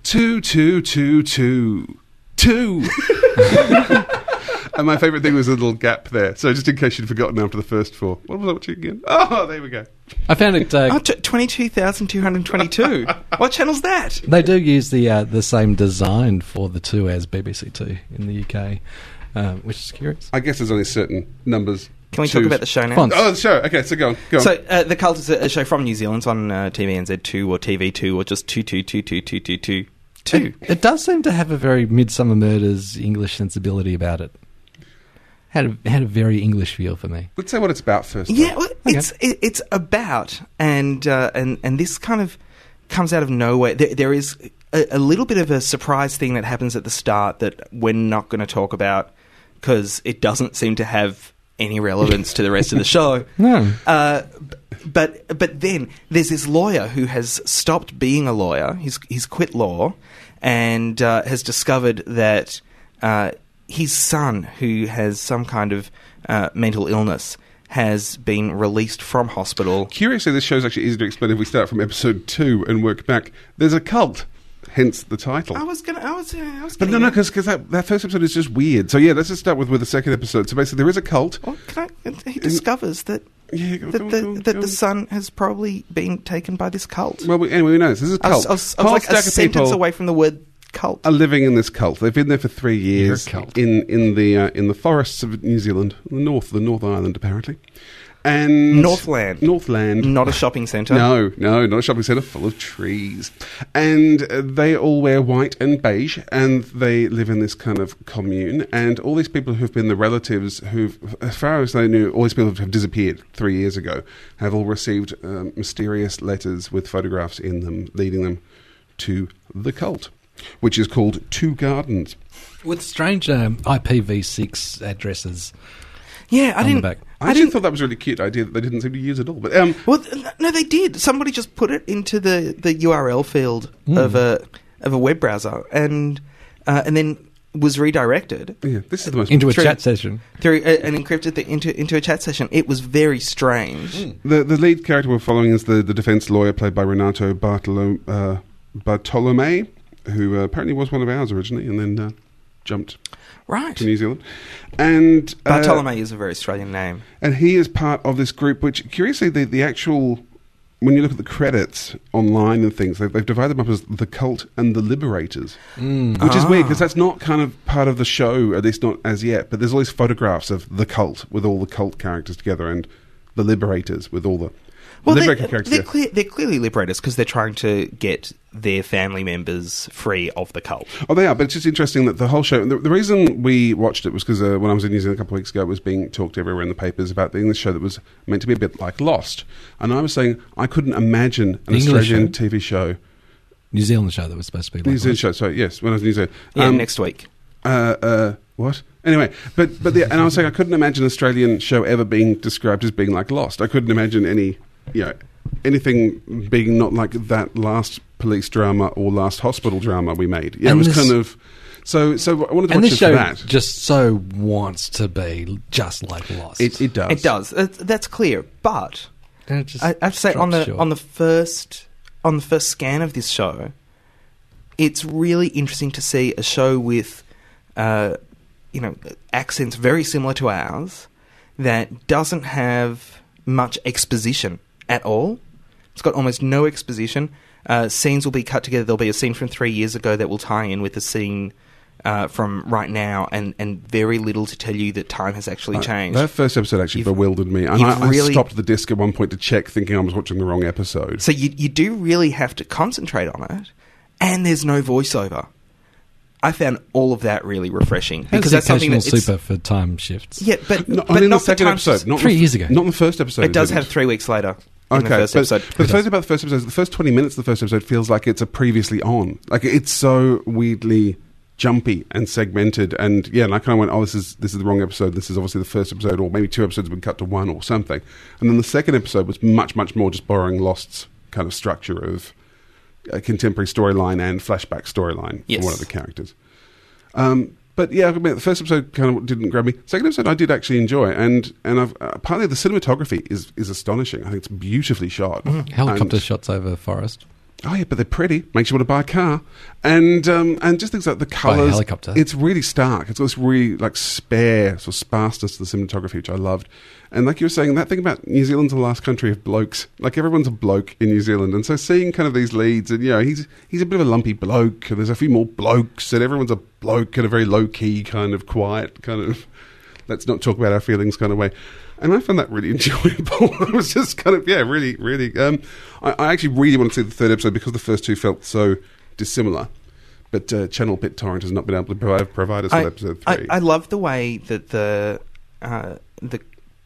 2, 2, 2, 2, 2. and my favourite thing was the little gap there. So just in case you'd forgotten after the first four, what was I watching again? Oh, there we go. I found it. Uh, Oh, t- 22,222. what channel's that? they do use the uh, the same design for the two as BBC Two in the UK, um, which is curious. I guess there's only certain numbers. Can we talk Twos. about the show now? Fonts. Oh, sure. Okay, so go on. Go on. So, uh, The Cult is a, a show from New Zealand. It's on uh, TVNZ2 or TV2 or just 22222222. Two. It, it does seem to have a very Midsummer Murders English sensibility about it. Had a, had a very English feel for me. Let's say what it's about first. though. Yeah, well, it's it, it's about and uh, and and this kind of comes out of nowhere. There, there is a, a little bit of a surprise thing that happens at the start that we're not going to talk about because it doesn't seem to have any relevance to the rest of the show. No. Uh, b- but but then there's this lawyer who has stopped being a lawyer. He's he's quit law, and uh, has discovered that uh, his son, who has some kind of uh, mental illness, has been released from hospital. Curiously, this show's actually easy to explain if we start from episode two and work back. There's a cult, hence the title. I was gonna. I was. Uh, I was. But no, gonna- no, because that, that first episode is just weird. So yeah, let's just start with, with the second episode. So basically, there is a cult. Well, can I, he discovers that Yeah, go- that, go- the, go- that go. the son has probably been taken by this cult. Well, we, anyway, we know this. This is a I was, cult. I was, I was Whole like a stack of sentence people away from the word cult. Are living in this cult. They've been there for three years cult. in in the uh, in the forests of New Zealand, the north, the North Island, apparently, and Northland. Northland. Not a shopping centre. No, no, not a shopping centre full of trees. And uh, they all wear white and beige, and they live in this kind of commune. And all these people who've been the relatives, who've, as far as they knew, all these people have disappeared three years ago, have all received um, mysterious letters with photographs in them, leading them to the cult, which is called Two Gardens. With strange um, IPv6 addresses. Yeah, I On the didn't. back. I, actually thought that was a really cute idea that they didn't seem to use at all. But um, Well, th- no, they did. Somebody just put it into the, the URL field Hmm. of a of a web browser, and uh, and then was redirected yeah, this is the most Into a True. chat session. through a, an encrypted thing into into a chat session. It was very strange. Hmm. The the lead character we're following is the, the defense lawyer played by Renato Bartolo, uh, Bartolome, who uh, apparently was one of ours originally and then uh, jumped Right. to New Zealand. And uh, Bartolome is a very Australian name. and he is part of this group, which curiously the the actual when you look at the credits online and things, they've, they've divided them up as the cult and the liberators, which is weird because that's not kind of part of the show, at least not as yet. But there's all these photographs of the cult with all the cult characters together and the liberators with all the Well, liberator they're, characters. they're, together. clear, they're clearly liberators because they're trying to get their family members free of the cult. Oh, they are, but it's just interesting that the whole show. The, the reason we watched it was because uh, when I was in New Zealand a couple of weeks ago, it was being talked everywhere in the papers about the English show that was meant to be a bit like Lost, and I was saying I couldn't imagine The an English Australian show? TV show, New Zealand show that was supposed to be New like Zealand show. Sorry, yes, when I was in New Zealand. Yeah, Um, next week. uh, uh, what? Anyway, but but the, and I was saying I couldn't imagine an Australian show ever being described as being like Lost. I couldn't imagine any, you know, anything being not like that last police drama or last hospital drama we made. Yeah, And it was this- kind of. So, so I wanted to And watch this it for show that. just so wants to be just like Lost. It, it does. It does. That- That's clear. But And it just I, I have to say, on the drops short. on the first on the first scan of this show, it's really interesting to see a show with, uh, you know, accents very similar to ours that doesn't have much exposition at all. It's got almost no exposition. Uh, scenes will be cut together. There'll be a scene from three years ago that will tie in with a scene uh, from right now, and, and very little to tell you that time has actually changed. Uh, That first episode actually You've- bewildered me, and you've I, I really- stopped the disc at one point to check, thinking I was watching the wrong episode. So you you do really have to concentrate on it, and there's no voiceover. I found all of that really refreshing because that's something that it's, super for time shifts. yeah, but No, but in not the second time- episode, not in Three the f- years ago. not in the first episode. it does didn't. have three weeks later in Okay, the first but, episode. but the thing about the first episode is the first twenty minutes of the first episode feels like it's a previously on. Like it's so weirdly jumpy and segmented, and yeah, and I kind of went, "Oh, this is this is the wrong episode. This is obviously the first episode, or maybe two episodes have been cut to one or something." And then the second episode was much much more just borrowing Lost's kind of structure of a contemporary storyline and flashback storyline Yes. for one of the characters. Um, but yeah, I admit, the first episode kind of didn't grab me. Second episode, I did actually enjoy, and and I've, uh, partly the cinematography is is astonishing. I think it's beautifully shot. Helicopter And- shots over forest. Oh yeah, but they're pretty. Makes you want to buy a car, and um, and just things like the a colors. helicopter. It's really stark. It's got this really like spare sort of sparseness to the cinematography, which I loved. And like you were saying, that thing about New Zealand's the last country of blokes. Like everyone's a bloke in New Zealand, and so seeing kind of these leads, and you know, he's he's a bit of a lumpy bloke, and there's a few more blokes, and everyone's a bloke in a very low key kind of quiet kind of. Let's not talk about our feelings kind of way. And I found that really enjoyable. it was just kind of yeah, really, really. Um, I, I actually really want to see the third episode because the first two felt so dissimilar. But uh, Channel Pit Torrent has not been able to provide, provide us with episode I, three. I love the way that the uh, the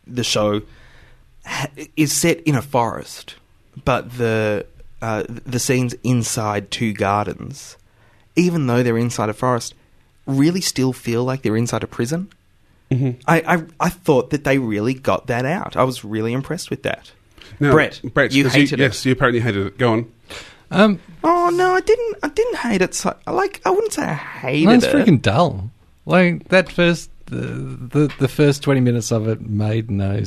the show ha- is set in a forest, but the uh, the scenes inside two gardens, even though they're inside a forest, really still feel like they're inside a prison. Mm-hmm. I, I I thought that they really got that out. I was really impressed with that. Now, Brett, you 'cause hated it. Yes, you apparently hated it. Go on. Um, Oh no, I didn't. I didn't hate it. So, like I wouldn't say I hated no, it's it. freaking dull. Like that first, the, the the first twenty minutes of it made no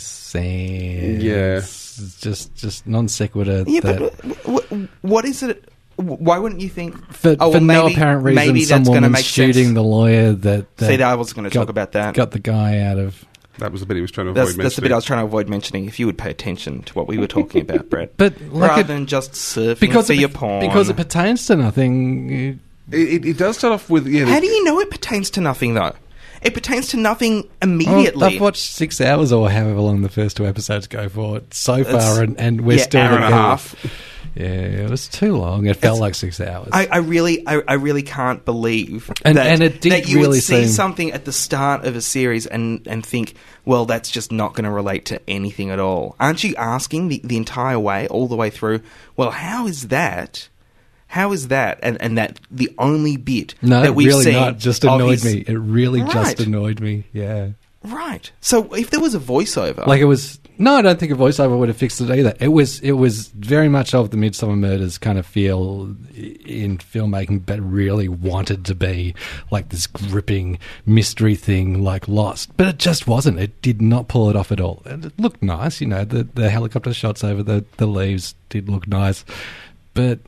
sense. Yeah. It's just just non sequitur. Yeah, that, but w- w- what is it? w- Why wouldn't you think for, oh, for well, no maybe- apparent reason, maybe some that's gonna woman's make shooting sense. the lawyer that, that See, I was going to talk got- about that. got the guy out of. That was the bit he was trying to avoid That's, that's the bit mentioning. I was trying to avoid mentioning. If you would pay attention to what we were talking about, Brett, But like rather it, than just surfing because for it, your pe- porn. because it pertains to nothing. It, it, it does start off with yeah. How the- do you know it pertains to nothing though? It pertains to Oh, nothing Well, immediately. I've watched six hours or however long the first two episodes go for so It's- far, and, and we're yeah, still hour hour and a together. half. Yeah, it was too long. It felt like six hours. I, I really, I, I really can't believe And- that, and it did that you really would see seem- something at the start of a series and, and think, well, that's just not going to relate to anything at all. Aren't you asking the, the entire way, all the way through? Well, how is that? How is that? And and that the only bit no, that it we've really seen not. Just of annoyed his- me. It really Right. just annoyed me. Yeah. Right. So if there was a voiceover, Like it was. No, I don't think a voiceover would have fixed it either. It was. It was very much of the Midsummer Murders kind of feel i- in filmmaking, but really wanted to be like this gripping mystery thing, like Lost. But it just wasn't. It did not pull it off at all. And it looked nice, you know. The the helicopter shots over the the leaves did look nice, but.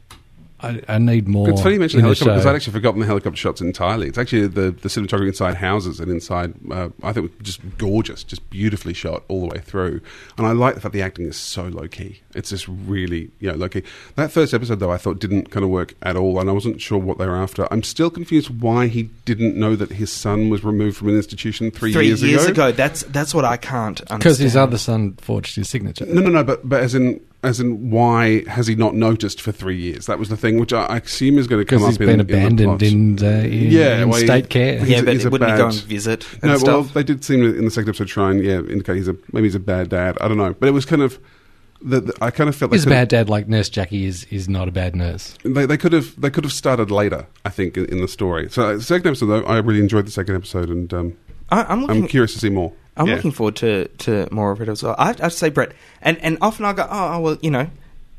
I, I need more. It's funny you mention in the the helicopter because show. I'd actually forgotten the helicopter shots entirely. It's actually the, the cinematography inside houses and inside, uh, I think, was just gorgeous, just beautifully shot all the way through. And I like the fact the acting is so low key. It's just really, you know, low key. That first episode, though, I thought didn't kind of work at all, and I wasn't sure what they were after. I'm still confused why he didn't know that his son was removed from an institution three, three years, years, ago. That's that's what I can't understand. because his other son forged his signature. No, no, no. But but as in as in why has he not noticed for three years? That was the thing, which I, I assume is going to come Because up he's in been in the plot. abandoned in, uh, in, Yeah, in well, he- state care. he's yeah, a- but he's a wouldn't he go bad- and visit and No, stuff? well, they did seem in the second episode try and yeah indicate he's a maybe he's a bad dad. I don't know, but it was kind of the, the- I kind of felt they He's a could have- bad dad, like Nurse Jackie is is not a bad nurse. They, they could have they could have started later. I think in, in the story. So uh, the second episode though, I really enjoyed the second episode, and um, I, I'm looking. I'm curious to see more. I'm Yeah. looking forward to, to more of it as well. I have, I have to say, Brett, and, and often I go, oh, oh, well, you know,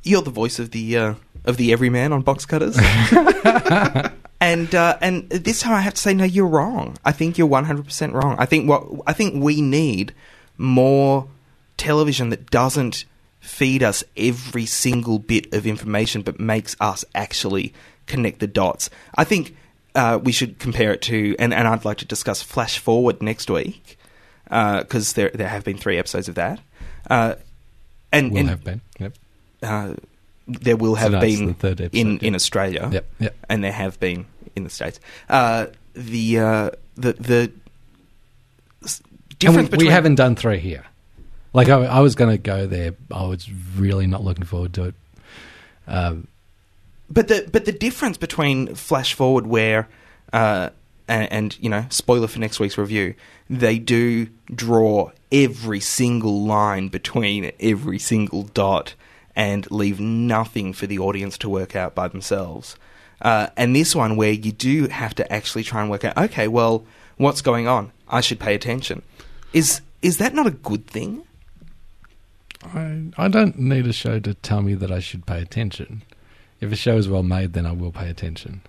you're the voice of the uh, of the everyman on box cutters, and uh, and this time I have to say, no, you're wrong. I think you're 100 percent wrong. I think what I think we need more television that doesn't feed us every single bit of information, but makes us actually connect the dots. I think. Uh, we should compare it to, and, and I'd like to discuss Flash Forward next week because there there have been three episodes of that, uh, and, Will and, have been. Yep. Uh, there will have Tonight's been the third episode, in, yep. in Australia, Yep. Yep. and there have been in the states. Uh, the uh, the the s- And we, difference we between haven't done three here. Like I, I was going to go there. I was really not looking forward to it. Um, But the but the difference between flash forward where uh, and, and you know spoiler for next week's review, they do draw every single line between every single dot and leave nothing for the audience to work out by themselves. Uh, and this one where you do have to actually try and work out. Okay, well, what's going on? I should pay attention. Is is that not a good thing? I I don't need a show to tell me that I should pay attention. If a show is well made, then I will pay attention.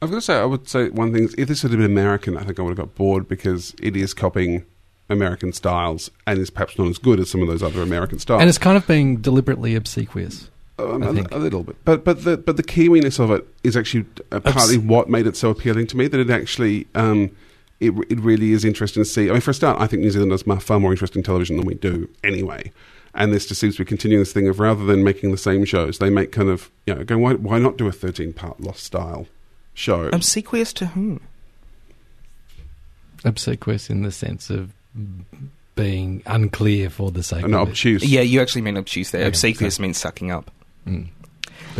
I was going to say, I would say one thing is if this had been American, I think I would have got bored because it is copying American styles and is perhaps not as good as some of those other American styles. And it's kind of being deliberately obsequious. Um, I a, think. a little bit, but but the but the kiwiness of it is actually uh, Abs- partly what made it so appealing to me that it actually um, it re- it really is interesting to see. I mean, for a start, I think New Zealand does mu- far more interesting television than we do anyway, and this just seems to be continuing this thing of rather than making the same shows, they make kind of you know going why why not do a thirteen part Lost style show? Obsequious to whom? Obsequious in the sense of being unclear for the sake and of it. obtuse. Yeah, you actually mean obtuse there. Yeah, Obsequious means sucking up. Mm.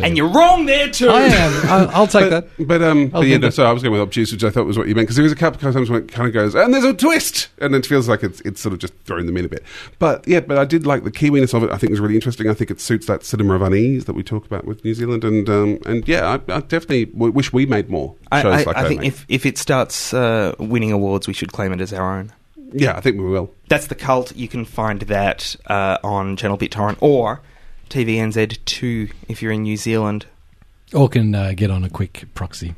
And you're wrong there too. I am. I'll, I'll take that. but, But um, I'll but yeah, think no, that- so I was going with obtuse, which I thought was what you meant, because there was a couple of times when it kind of goes, and there's a twist, and it feels like it's it's sort of just thrown them in a bit. But yeah, but I did like the kiwiness of it. I think it was really interesting. I think it suits that cinema of unease that we talk about with New Zealand, and um, and yeah, I, I definitely w- wish we made more I, shows I, like I that. think if, if it starts uh, winning awards, we should claim it as our own. yeah, I think we will. That's the cult. You can find that uh, on Channel BitTorrent or TVNZ2 if you're in New Zealand. Or can uh, get on a quick proxy.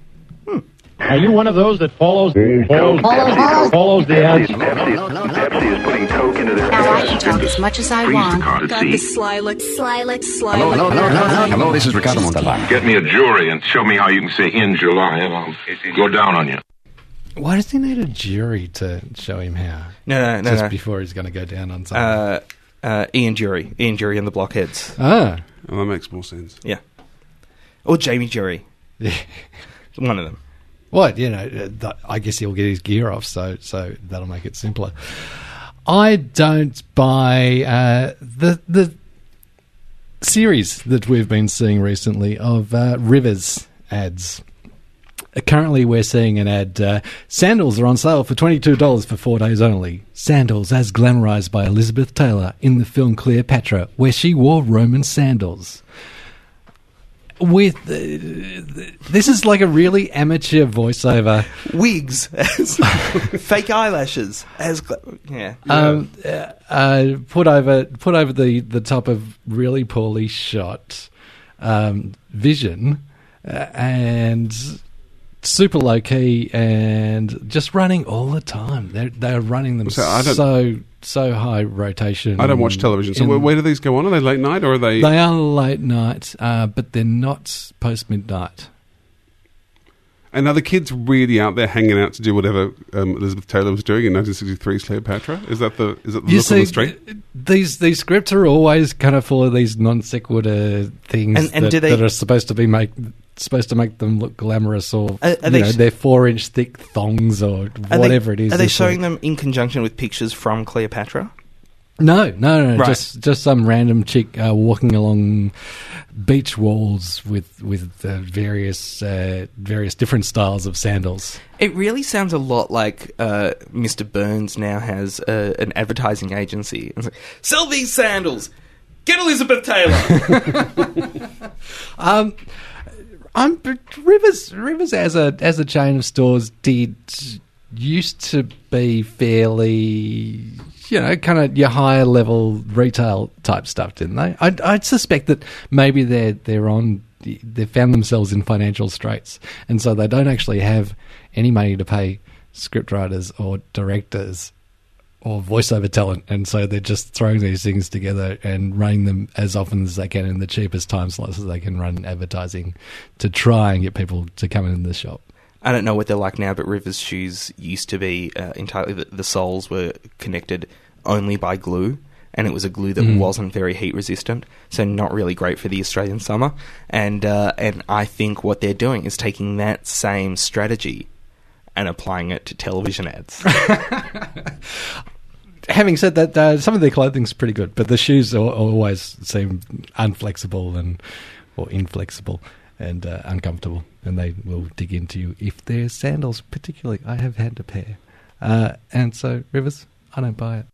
Are you one of those that follows follows, follows, follows the ads? Pepsi is putting Coke into their Now I can talk as much as I want. Got the sly look, sly look, sly Hello, look. hello, hello, hello, hello, this is Ricardo Montalban. Get me a jury and show me how you can say in July, and I'll go down on you. Why does he need a jury to show him how? No, no, no, Just no. before he's going to go down on something. Uh, uh, Ian Jury, Ian Jury and the Blockheads. ah, Well, that makes more sense. Yeah, or Jamie Jury, one of them. What you know? uh, th- I guess he'll get his gear off, so so that'll make it simpler. I don't buy uh, the the series that we've been seeing recently of uh, Rivers ads. Uh, Currently, we're seeing an ad. Uh, sandals are on sale for $22 for four days only. Sandals, as glamorized by Elizabeth Taylor in the film Cleopatra, where she wore Roman sandals. With uh, th- this is like a really amateur voiceover. Wigs as fake eyelashes as gla- yeah. um, uh, uh, put over put over the, the top of really poorly shot um, vision uh, and super low key and just running all the time. They're they're running them So so I don't- so, high rotation. I don't Mm. watch television, so in- where, where do these go on? Are they late night or are they? they are late night, uh, but they're not post midnight. and are the kids really out there hanging out to do whatever um, Elizabeth Taylor was doing in 1963's Cleopatra? Is that the is that the You look on see, the street? th- these these scripts are always kind of full of these non sequitur things And- and that, do they- that are supposed to be make supposed to make them look glamorous or Are- are you they know, sh- their four inch thick thongs or Are they- whatever it is. Are they that's showing like- them in conjunction with pictures from Cleopatra? No, no, no, no, Right. just just some random chick uh, walking along beach walls with with uh, various uh, various different styles of sandals. It really sounds a lot like uh, Mr. Burns now has uh, an advertising agency. It's like, Sell these sandals. Get Elizabeth Taylor. Um, I'm but Rivers Rivers as a as a chain of stores did used to be fairly you know kind of your higher level retail type stuff, didn't they? I I suspect that maybe they're they're on they found themselves in financial straits, and so they don't actually have any money to pay scriptwriters or directors or voiceover talent, and so they're just throwing these things together and running them as often as they can in the cheapest time slots as they can run advertising to try and get people to come in the shop. I don't know what they're like now, but Rivers shoes used to be uh, entirely the, the soles were connected only by glue, and it was a glue that wasn't very heat resistant, so not really great for the Australian summer. And uh, and I think what they're doing is taking that same strategy and applying it to television ads. Having said that, uh, some of their clothing's pretty good, but the shoes al- always seem unflexible and or inflexible and uh, uncomfortable, and they will dig into you if they're sandals. Particularly, I have had a pair, uh, and so Rivers, I don't buy it.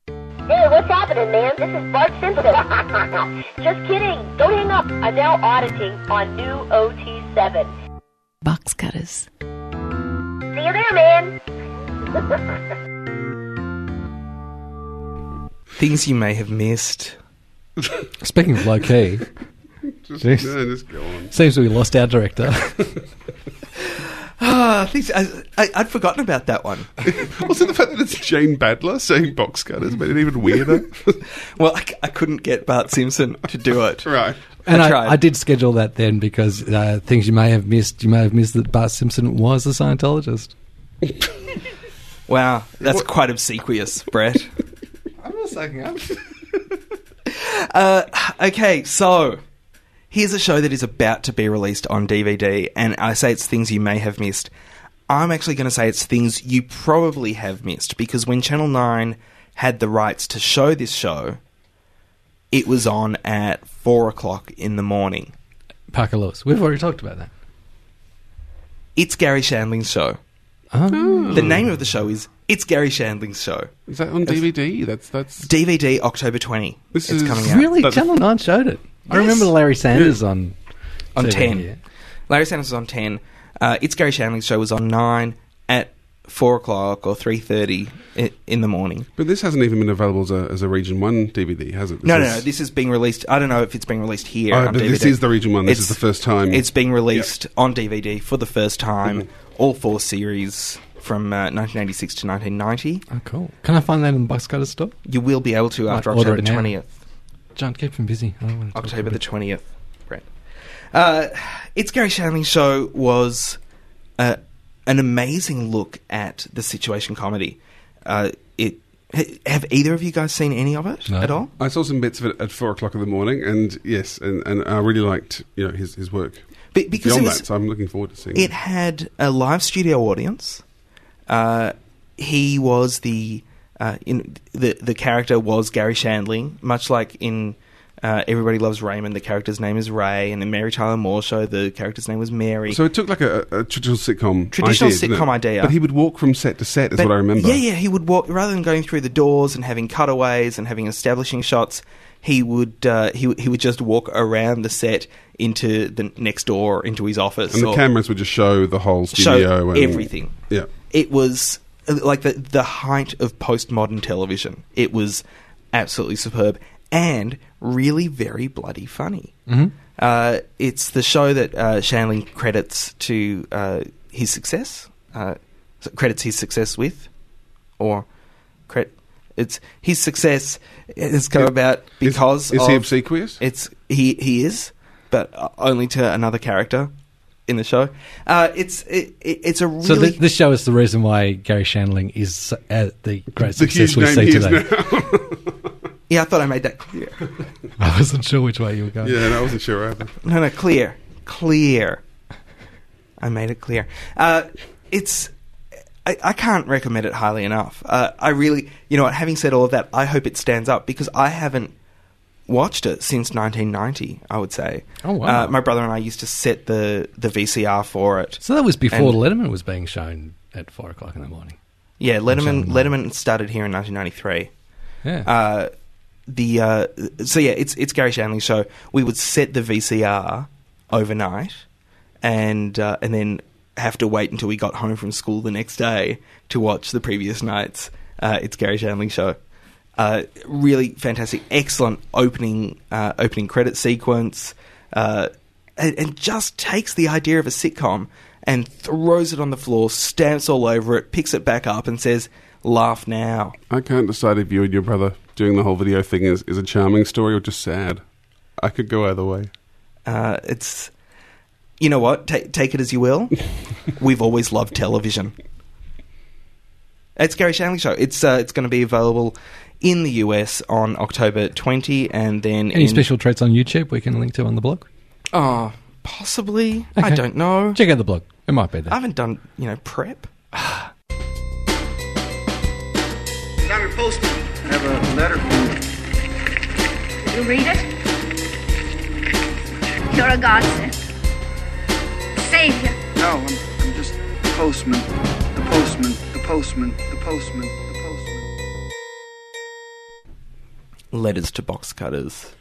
Hey, what's happening, man? This is Bud Simpson. Just kidding. Don't hang up. I'm now auditing on new OT7. Box cutters. See you there, man. Things you may have missed. Speaking of low key, Just, Jeez. no, just go on. seems we lost our director. Ah, things I, I, I'd forgotten about that one. Also, the fact that it's Jane Badler saying box cutters made it even weirder. Well, I, c- I couldn't get Bart Simpson to do it. right. And I I, tried. I, did schedule that then because uh, things you may have missed. You may have missed that Bart Simpson was a Scientologist. Wow, that's quite obsequious, Brett. I'm not sucking up. Uh, okay, so here's a show that is about to be released on DVD, and I say it's things you may have missed. I'm actually going to say it's things you probably have missed because when Channel 9 had the rights to show this show, it was on at 4 o'clock in the morning. Parker Lewis. We've already talked about that. It's Gary Shandling's show. Oh. The name of the show is It's Gary Shandling's Show. Is that on DVD? That's that's DVD October 20. This it's is coming out. Really? But- Channel 9 showed it. I Yes. remember Larry Sanders on on TV, 10. yeah. Larry Sanders was on 10. Uh, it's Gary Shandling's show was on 9 at 4 o'clock or 3.30 i- in the morning. But this hasn't even been available as a, as a Region One DVD, has it? This No, no, is- no. This is being released. I don't know if it's being released here. Oh, on but this DVD. is the Region One. This is the first time. Mm-hmm. It's being released on DVD for the first time all four series from uh, 1986 to 1990. Oh, cool. Can I find that in the Box Cutter store? You will be able to after Might order October it now. 20th. John, keep him busy. I don't want to talk October about the it. 20th, Brett. Uh, it's Gary Shandling's show was uh, an amazing look at the situation comedy. Uh, it ha- have either of you guys seen any of it No. at all? I saw some bits of it at four o'clock in the morning, and yes, and, and I really liked you know his, his work. Be- because Beyond it was- that, so I'm looking forward to seeing It had a live studio audience. Uh, he was the uh, in, the the character was Gary Shandling, much like in uh, Everybody Loves Raymond. The character's name is Ray, and in Mary Tyler Moore Show, the character's name was Mary. So it took like a, a traditional sitcom, Traditional idea, didn't it? sitcom idea. But he would walk from set to set, is But- what I remember. Yeah, yeah. He would walk rather than going through the doors and having cutaways and having establishing shots. He would uh, he would- he would just walk around the set into the next door into his office. And the or cameras would just show the whole show studio and everything. Yeah. It was uh, like the the height of postmodern television. It was absolutely superb and really very bloody funny. Mm-hmm. Uh, it's the show that uh, Shanley credits to uh, his success. Uh, s- credits his success with, or credit. It's his success has come Is- about because is he of- obsequious? It's he he is, but uh, only to another character in the show. Uh, it's it, it- it's a really So thi- this show is the reason why Gary Shandling is uh, the great The success huge we name see he is today. now. yeah. I thought I made that clear. I wasn't sure which way you were going. yeah, and I wasn't sure either. No, no, clear, clear. I made it clear. Uh, it's. I, I can't recommend it highly enough. Uh, I really, you know, what, having said all of that, I hope it stands up because I haven't watched it since 1990. I would say. Oh, wow. Uh, my brother and I used to set the the VCR for it. So that was before And- Letterman was being shown at four o'clock in the morning. Yeah, Letterman. Channel Letterman started here in 1993. Yeah. Uh, the uh, so yeah, it's it's Gary Shanley's show. We would set the VCR overnight, and uh, and then have to wait until we got home from school the next day to watch the previous night's uh, it's Gary Shanley show. Uh, really fantastic, excellent opening uh, opening credit sequence, uh, and, and just takes the idea of a sitcom and throws it on the floor, stamps all over it, picks it back up, and says, "Laugh now." I can't decide if you and your brother doing the whole video thing is, is a charming story or just sad. I could go either way. Uh, it's you know what? Ta take it as you will. We've always loved television. It's Gary Shanley show. It's uh, it's going to be available in the US on October twenty, and then Any in, special treats on YouTube we can link to on the blog? Oh, possibly. I Okay. don't know. Check out the blog. It might be there. I haven't done you know prep. Private Postman. Have a letter from You read it? You're a godsend. Savior. No, I'm, I'm just the postman. The postman. The postman. The postman. The postman. Letters to box cutters.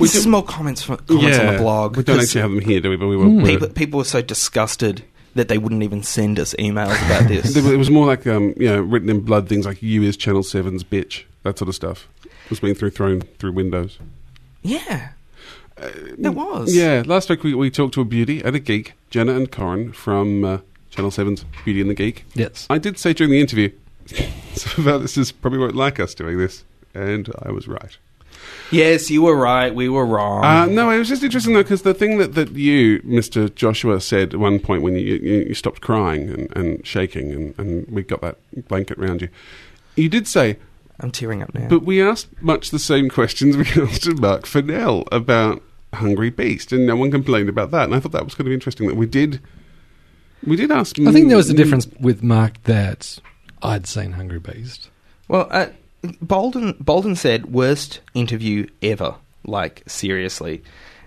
This is more comments from comments on the blog. We don't because actually have Mm. them here, do we? But we will. we'll- people, people were so disgusted that they wouldn't even send us emails about this. It was- it was more like um, you know, written in blood things like "you is Channel 7's bitch," that sort of stuff. Was being through thrown through windows. yeah, there was. Uh, Yeah, last week we, we talked to a beauty and a geek, Jenna and Corin from uh, Channel 7's Beauty and the Geek. yes. I did say during the interview, some of this is probably won't like us doing this, and I was right. Yes, you were right. We were wrong. Uh, no, it was just interesting though because the thing that, that you, Mister Joshua, said at one point when you you, you stopped crying and, and shaking and, and we got that blanket round you, you did say, I'm tearing up now. but we asked much the same questions we asked of Mark Fennell about Hungry Beast, and no one complained about that. And I thought that was kind of interesting that we did we did ask. I think there was a difference with Mark that I'd seen Hungry Beast. well, uh, Bolden Bolden said worst interview ever. Like seriously,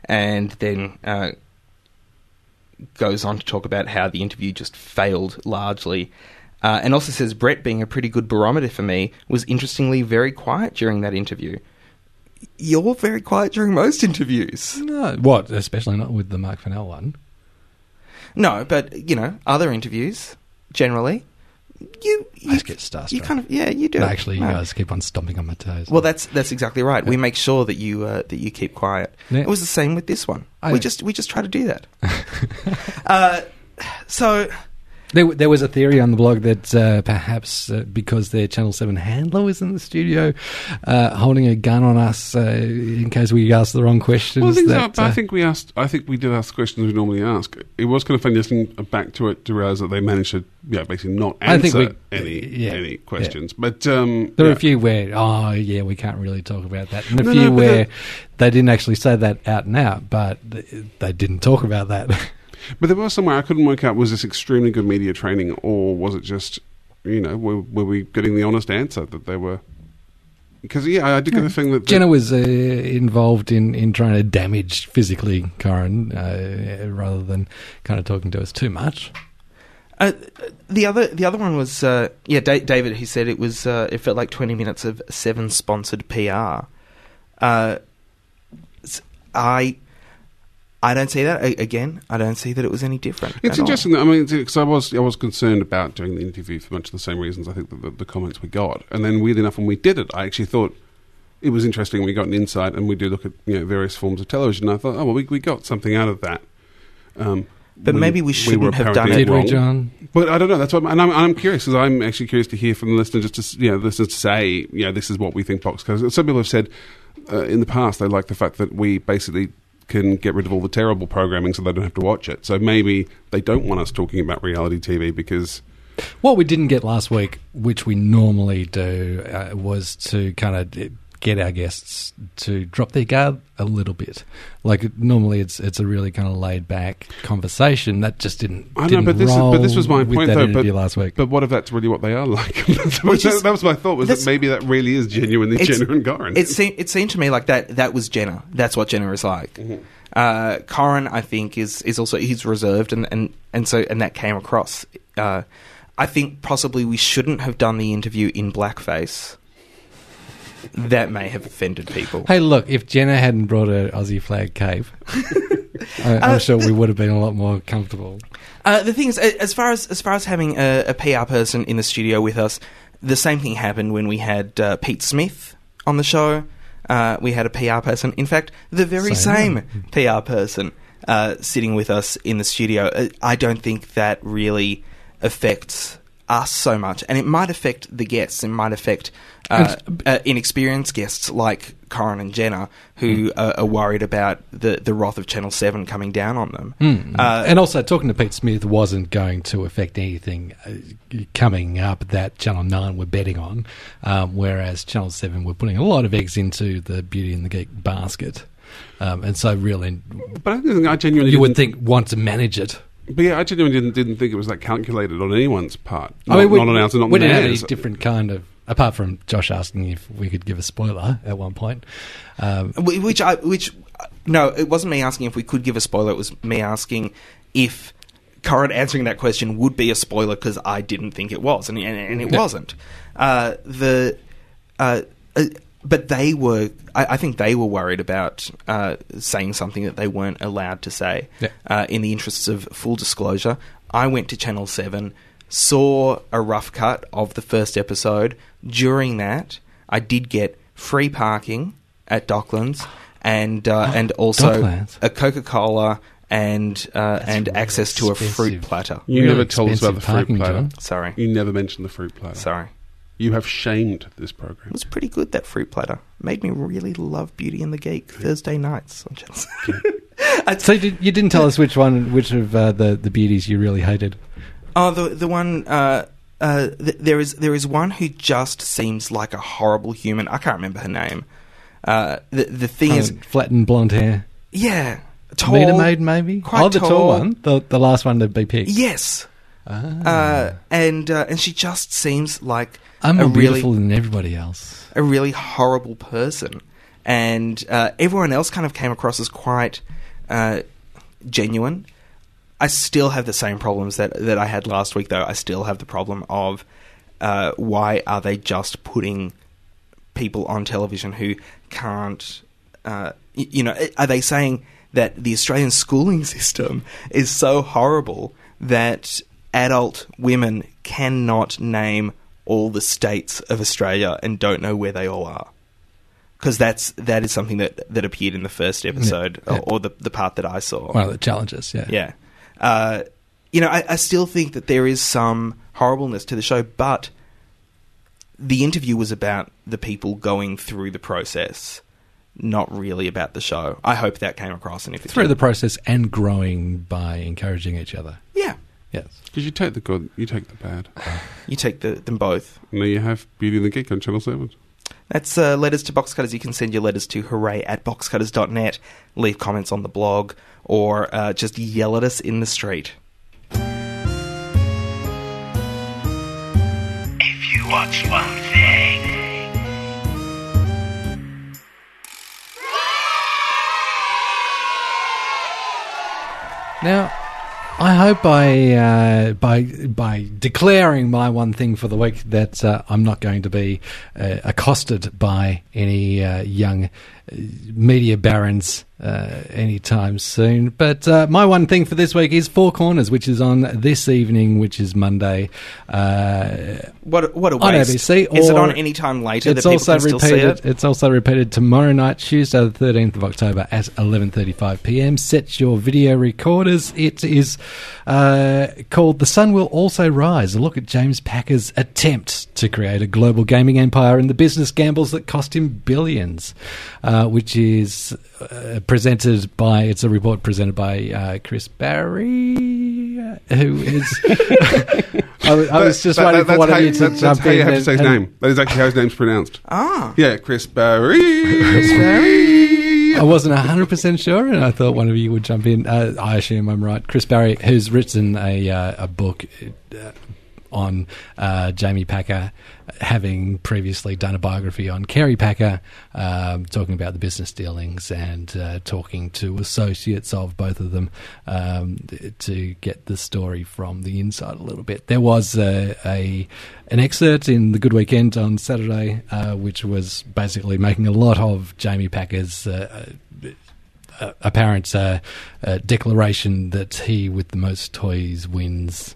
and then uh, goes on to talk about how the interview just failed largely. Uh, and also says Brett being a pretty good barometer for me was interestingly very quiet during that interview. You're very quiet during most interviews. No, what? Especially not with the Mark Fennell one. No, but you know other interviews generally. You you just get starstruck. You kind of yeah you do No, actually, you No. guys keep on stomping on my toes. Well, that's that's exactly right. We make sure that you uh, that you keep quiet. Yeah. Oh, It was the same with this one. I- we just we just try to do that. uh, so There, w- there was a theory on the blog that uh, perhaps uh, because their Channel 7 handler was in the studio uh, holding a gun on us uh, in case we asked the wrong questions. Well, things that, are, I uh, think we asked. I think we did ask questions we normally ask. It was kind of funny listening uh, back to it to realize that they managed to, yeah, basically not I think answer we- any yeah, any yeah. questions. But um, There are yeah. a few where, oh, yeah, we can't really talk about that. And a No, few no, but where the- they didn't actually say that out and out, but th- they didn't talk about that. But there was somewhere I couldn't work out was this extremely good media training or was it just, you know, were, were we getting the honest answer that they were? Because yeah, I did Hmm. get the thing that Jenna was uh, involved in, in trying to damage physically Corin uh, rather than kind of talking to us too much. Uh, the other the other one was uh, yeah da- David he said it was uh, it felt like 20 minutes of seven sponsored PR uh, s- I I don't see that A- again I don't see that it was any different It's at all. interesting. That, I mean, because I was I was concerned about doing the interview for much of the same reasons. I think that the, the comments we got, and then weird enough, when we did it, I actually thought it was interesting. We got an insight, and we do look at you know various forms of television. I thought, oh well, we, we got something out of that. Um, But when maybe we shouldn't were have done apparently it. Did we, wrong. John? But I don't know. That's what, I'm- and I'm, and I'm curious because I'm actually curious to hear from the listener, just to s- you know, listeners to say, you know, this is what we think Boxcars. Some people have said uh, in the past they like the fact that we basically can get rid of all the terrible programming, so they don't have to watch it. So maybe they don't want us talking about reality TV because What we didn't get last week, which we normally do, uh, was to kind of get our guests to drop their guard a little bit. Like normally, it's it's a really kind of laid back conversation that just didn't. I know. didn't But this, is, but this was roll my with point, that though. But interview last week. but what if that's really what they are like? that, was, Which is- that was my thought. Was that that's- maybe that really is genuinely It's- Jenna and Goran? It seemed it seemed to me like that that was Jenna. That's what Jenna is like. Uh, Corin, I think, is is also he's reserved, and and and so and that came across. Uh, I think possibly we shouldn't have done the interview in blackface. That may have offended people. hey, look, if Jenna hadn't brought her Aussie flag cape, I, I'm Uh, sure we would have been a lot more comfortable. Uh, the thing is, a- as far as as far as having a, a PR person in the studio with us, the same thing happened when we had uh, Pete Smith on the show. Uh, we had a PR person, in fact, the very Same. same, PR person uh, sitting with us in the studio. Uh, I don't think that really affects us so much, and it might affect the guests. It might affect uh, uh, inexperienced guests like Corin and Jenna, who are, are worried about the the wrath of Channel Seven coming down on them. Uh, and also, talking to Pete Smith wasn't going to affect anything uh, coming up that Channel 9 were betting on, um, whereas Channel 7 were putting a lot of eggs into the Beauty and the Geek basket. Um, and so, really, but I, think I genuinely you would didn't- think want to manage it. But yeah, I genuinely didn't, didn't think it was that calculated on anyone's part. Not, I mean, we, not on ours, and not we on didn't have any theirs. different kind of. Apart from Josh asking if we could give a spoiler at one point, um, Wh- Which I, which no, it wasn't me asking if we could give a spoiler. It was me asking if current answering that question would be a spoiler because I didn't think it was, and and, and it Yeah. wasn't. Uh, the uh, uh, but they were. I, I think they were worried about uh, saying something that they weren't allowed to say. Yeah. Uh, in the interests of full disclosure, I went to Channel Seven, saw a rough cut of the first episode. During that, I did get free parking at Docklands, and uh, and also Docklands. a Coca Cola and uh, and really access to a fruit expensive. platter. You Really never told us about the expensive parking, fruit platter. John. Sorry, You never mentioned the fruit platter. sorry. You have shamed this program. It was pretty good that fruit platter. Made me really love Beauty and the Geek Thursday nights on Channel. seven. so you, did, you didn't tell us which one, which of uh, the the beauties you really hated. Oh, the the one. Uh, uh, th- there is there is one who just seems like a horrible human. I can't remember her name. Uh, the the thing is, Um, flattened blonde hair. yeah, tall. Meter maid, maybe. Quite oh, the tall, tall. one, the the last one to be picked. Yes, uh, and uh, and she just seems like Hmm. I'm a more really beautiful than everybody else. a really horrible person, and uh, everyone else kind of came across as quite uh, genuine. I still have the same problems that that I had last week, though. I still have the problem of uh, why are they just putting people on television who can't, uh, y- you know, are they saying that the Australian schooling system is so horrible that adult women cannot name all the states of Australia and don't know where they all are? Because that's that is something that that appeared in the first episode or, or the the part that I saw. One of the challenges, yeah. Yeah. Uh, you know, I, I still think that there is some horribleness to the show, but the interview was about the people going through the process, not really about the show. I hope that came across, and if it through did- the process and growing by encouraging each other. yeah, Yes. Because you take the good, you take the bad. you take the, them both. And there you have Beauty and the Geek on Channel 7. That's uh, letters to boxcutters. You can send your letters to hooray at boxcutters.net, leave comments on the blog, or uh, just yell at us in the street. If you watch one thing, Now, I hope by uh, by by declaring my one thing for the week that uh, I'm not going to be uh, accosted by any uh, young uh, media barons uh, anytime soon. But uh, my one thing for this week is Four Corners, which is on this evening, which is Monday. Uh, What what a on waste! ABC. Is it or- on any time later that It's people also can still repeated. see it? It's also repeated tomorrow night, Tuesday, the thirteenth of October, at eleven thirty-five p.m. Set your video recorders. It is uh, called "The Sun Will Also Rise." A look at James Packer's attempt to create a global gaming empire and the business gambles that cost him billions, uh, which is uh, presented by. It's a report presented by uh, Chris Barry, uh, who is. I, was- I was just That- waiting that- for one of that's how you to that's, that's jump how in. you have to and- say his and- name. That is actually how his name's pronounced. Ah. Yeah, Chris Barry. I wasn't 100% sure, and I thought one of you would jump in. Uh, I assume I'm right. Chris Barry, who's written a, uh, a book uh, on uh, Jamie Packer, having previously done a biography on Kerry Packer, um, talking about the business dealings and uh, talking to associates of both of them um, th- to get the story from the inside a little bit. There was a, a an excerpt in the Good Weekend on Saturday, uh, which was basically making a lot of Jamie Packer's. Uh, uh, uh, apparent uh, uh, declaration that he with the most toys wins.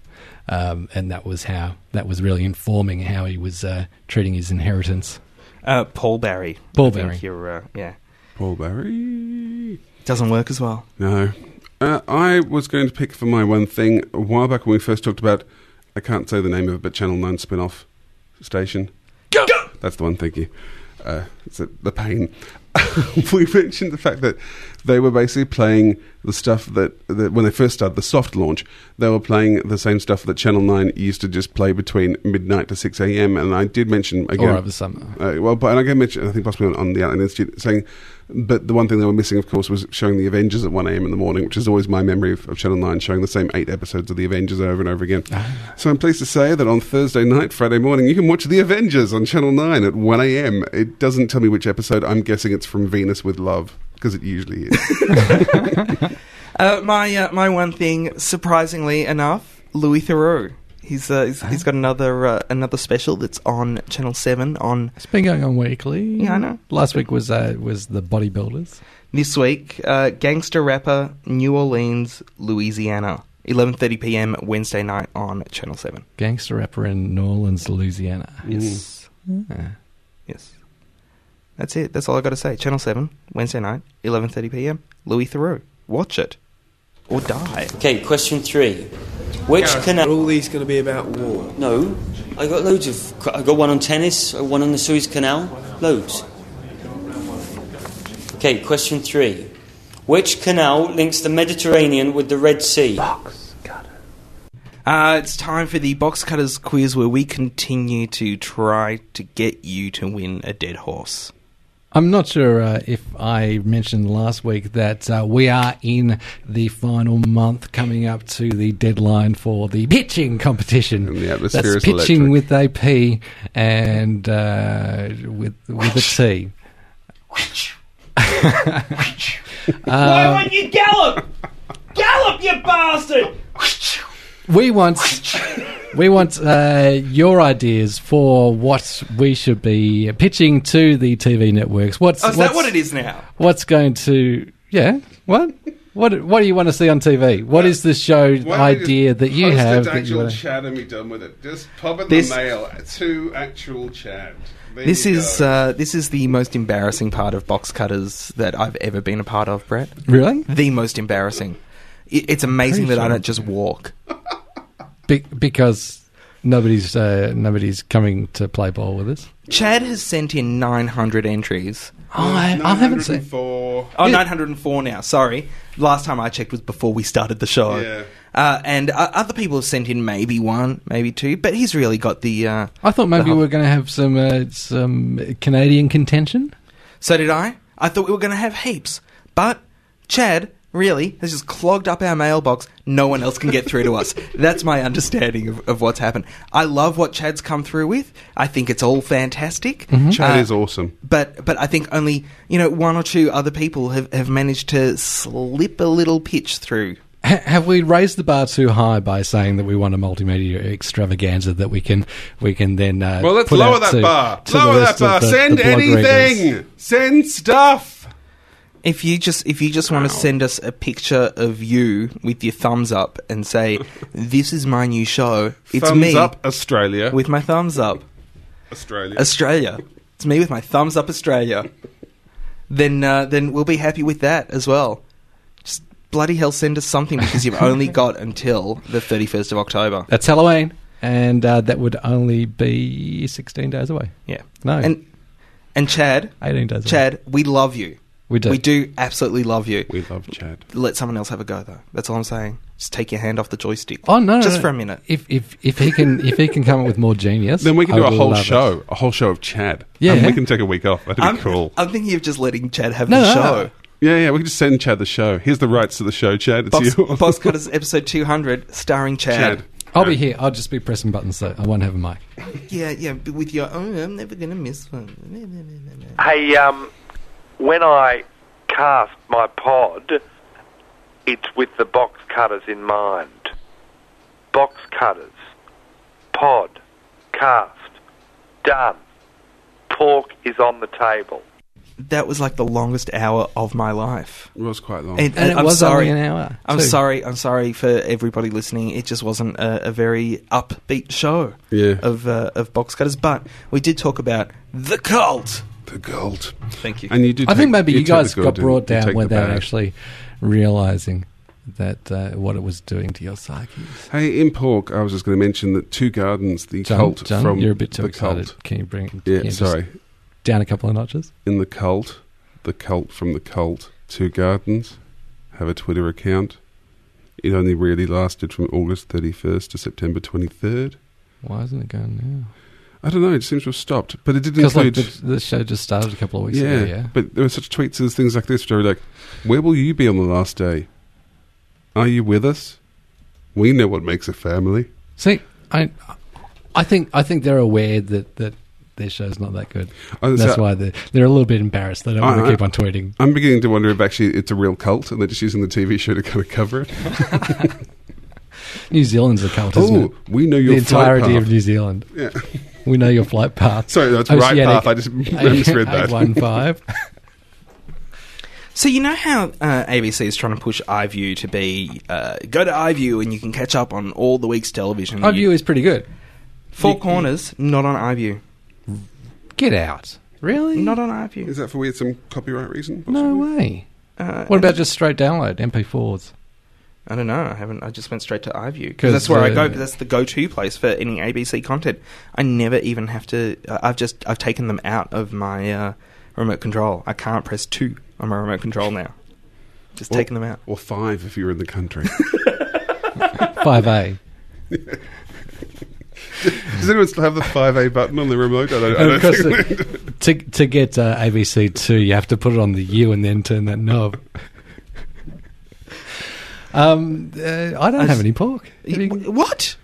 Um, and that was how that was really informing how he was uh, treating his inheritance. Uh, Paul Barry. Paul I think Barry. You're, uh, yeah, Paul Barry. doesn't work as well. No. Uh, I was going to pick for my one thing a while back when we first talked about, I can't say the name of it, but Channel 9 spin off station. Go! That's the one, thank you. Uh, it's a, the pain. we mentioned the fact that they were basically playing the stuff that, that, when they first started, the soft launch, they were playing the same stuff that Channel 9 used to just play between midnight to 6 a.m. And I did mention again. Or over summer. Uh, well, but and I can mention, I think possibly on, on the Outland Institute, saying, but the one thing they were missing, of course, was showing the Avengers at 1 a.m. in the morning, which is always my memory of, of Channel 9, showing the same eight episodes of the Avengers over and over again. Ah. so I'm pleased to say that on Thursday night, Friday morning, you can watch the Avengers on Channel 9 at 1 a.m. It doesn't tell me which episode. I'm guessing it's from Venus with Love, because it usually is. Uh, my uh, my one thing, surprisingly enough, Louis Theroux. He's uh, he's, he's got another uh, another special that's on Channel Seven on It's been going on weekly. Yeah, I know. Last week was uh, was the bodybuilders. this week. Uh, gangster rapper, New Orleans, Louisiana. 11:30 p.m. Wednesday night on Channel Seven. Gangster rapper in New Orleans, Louisiana. Yes. Yeah. Yes. That's it. That's all I got to say. Channel 7, Wednesday night, 11:30 p.m. Louis Theroux. Watch it or die. Okay, question three. Which canal? Are all these going to be about war? No, I got loads of. I got one on tennis, uh, one on the Suez Canal, loads. Okay, question three. Which canal links the Mediterranean with the Red Sea? Uh, it's time for the box cutters quiz where we continue to try to get you to win a dead horse. I'm not sure uh, if I mentioned last week that uh, we are in the final month coming up to the deadline for the pitching competition. the atmosphere That's is pitching with a P and uh, with with a T. Why Um, won't you gallop? gallop, you bastard! we want we want uh, your ideas for what we should be pitching to the TV networks. What's Oh, is what's, that what it is now? What's going to yeah? What what what do you want to see on TV? What is the show idea that you have? That you actual wanna- chat and be done with it. Just pop in the This- the mail to actual chat. This is uh, this is the most embarrassing part of box cutters that I've ever been a part of, Brett. Really? The most embarrassing. I- It's amazing that I don't just walk. be- because nobody's uh, nobody's coming to play ball with us. Chad has sent in 900 entries. Oh, I, I haven't seen. Oh, Oh, 904 now. Sorry. Last time I checked was before we started the show. Yeah. Uh, and uh, other people have sent in maybe one, maybe two, but he's really got the. Uh, I thought maybe the- we were going to have some uh, some Canadian contention. So did I. I thought we were going to have heaps, but Chad really has just clogged up our mailbox. No one else can get through to us. That's my understanding of, of what's happened. I love what Chad's come through with. I think it's all fantastic. Mm-hmm. Ah. Chad Uh, is awesome. but but I think only you know one or two other people have, have managed to slip a little pitch through. Ha- have we raised the bar too high by saying that we want a multimedia extravaganza that we can we can then uh, Well, let's put lower out that to- bar. to the Lower that rest of bar. the- the Send blog readers? anything. Send stuff. If you just if you just want to send us a picture of you with your thumbs up and say this is my new show, it's Thumbs me up, Australia. with my thumbs up. Australia. Australia. It's me with my thumbs up, Australia. then, uh, then we'll be happy with that as well. Just bloody hell, send us something because you've only got until the thirty first of October. That's Halloween, and uh, that would only be sixteen days away. Yeah. No. And and Chad, 18 days away. Chad, we love you. We do. We do absolutely love you. We love Chad. Let someone else have a go though. That's all I'm saying. Just take your hand off the joystick. Oh no! no, just no. for a minute. If if if he can if he can come up with more genius, Then we can I do a will whole love it. show, a whole show of Chad. Yeah. Um, and we can take a week off. That'd be I'm, cool. I'm thinking of just letting Chad have No, the no, show. Yeah, yeah. We can just send Chad the show. Here's the rights to the show, Chad. It's Box, yours. Box Cutters episode 200, starring Chad. I'll be here. I'll just be pressing buttons, so I won't have a mic. Yeah, yeah, but with your own. I'm never going to miss one. Hey, um, when I cast my pod, it's with the box cutters in mind. Box cutters, pod, cast, done. Pork is on the table. That was like the longest hour of my life. It was quite long. And, And it I'm was sorry. only an hour, I'm too. sorry. I'm sorry for everybody listening. It just wasn't a, a very upbeat show Yeah. of uh, of box cutters. But we did talk about the cult. The gold. Thank you. And you did. I think take- maybe you you take guys the good got and brought you down take the without bad. actually realizing that uh, what it was doing to your psyches. Hey, in pork, I was just going to mention that Two Gardens, the John, cult John, from you're a bit too the excited. cult. Can you bring? Yeah, can you just sorry. down a couple of notches. In the cult, the cult from the cult. Two Gardens have a Twitter account. It only really lasted from August 31st to September 23rd. Why isn't it going now? I don't know. It seems to have stopped, but it did Because like include. the, the show just started a couple of weeks ago. Yeah. But there were such tweets as things like this, which were like, Where will you be on the last day? Are you with us? We know what makes a family. See, I, I think I think they're aware that that their show's not that good. Oh, That's so- why they're, they're a little bit embarrassed. They don't want I- to I- keep on tweeting. I'm beginning to wonder if actually it's a real cult and they're just using the TV show to kind of cover it. New Zealand's a cult, isn't oh, it? we know The your flight entirety path. of New Zealand. Yeah. We know your flight path. Sorry, that's right path. I just- I misread that. One five. So you know how uh, ABC is trying to push iView to be uh, go to iView and you can catch up on all the week's television. You- iView is pretty good. Four Corners, not on iView. Get out. Really? Not on iView. Is that for weird some copyright reason? No way. Uh, What about just straight download MP4s? I don't know. I haven't. I just went straight to iView 'Cause, because that's where I uh, go. That's the go-to place for any ABC content. I never even have to. Uh, I've just. I've taken them out of my uh, remote control. I can't press two on my remote control now. Just Well- taking them out. Or five if you're in the country. Five A. Does anyone still have the 5A button on the remote? I don't, I And don't of course, think uh, to to get uh, ABC two, you have to put it on the U and then turn that knob. Um, uh, I don't have any pork. Have Y- you- wh- What?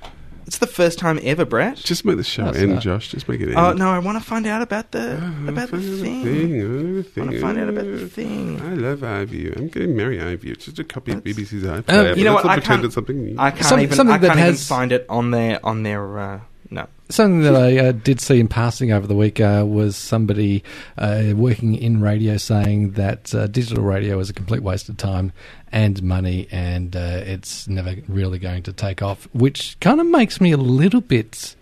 It's the first time ever, Brett. Just make the show That's end, not- Josh. Just make it end. Oh no! I want to find out about the Oh, about the find out thing. thing, oh, the I want to thing, find out about oh. the thing. I love iView. I'm going to marry iView. It's just a copy of BBC's iPlayer. Um, but you know let's what? not I pretend can't. it's something new. I can't Some- even. something I that can't even has- find it on their on their. Uh, no. Something that I uh, did see in passing over the week uh, was somebody uh, working in radio saying that uh, digital radio is a complete waste of time and money, and uh, it's never really going to take off. Which kind of makes me a little bit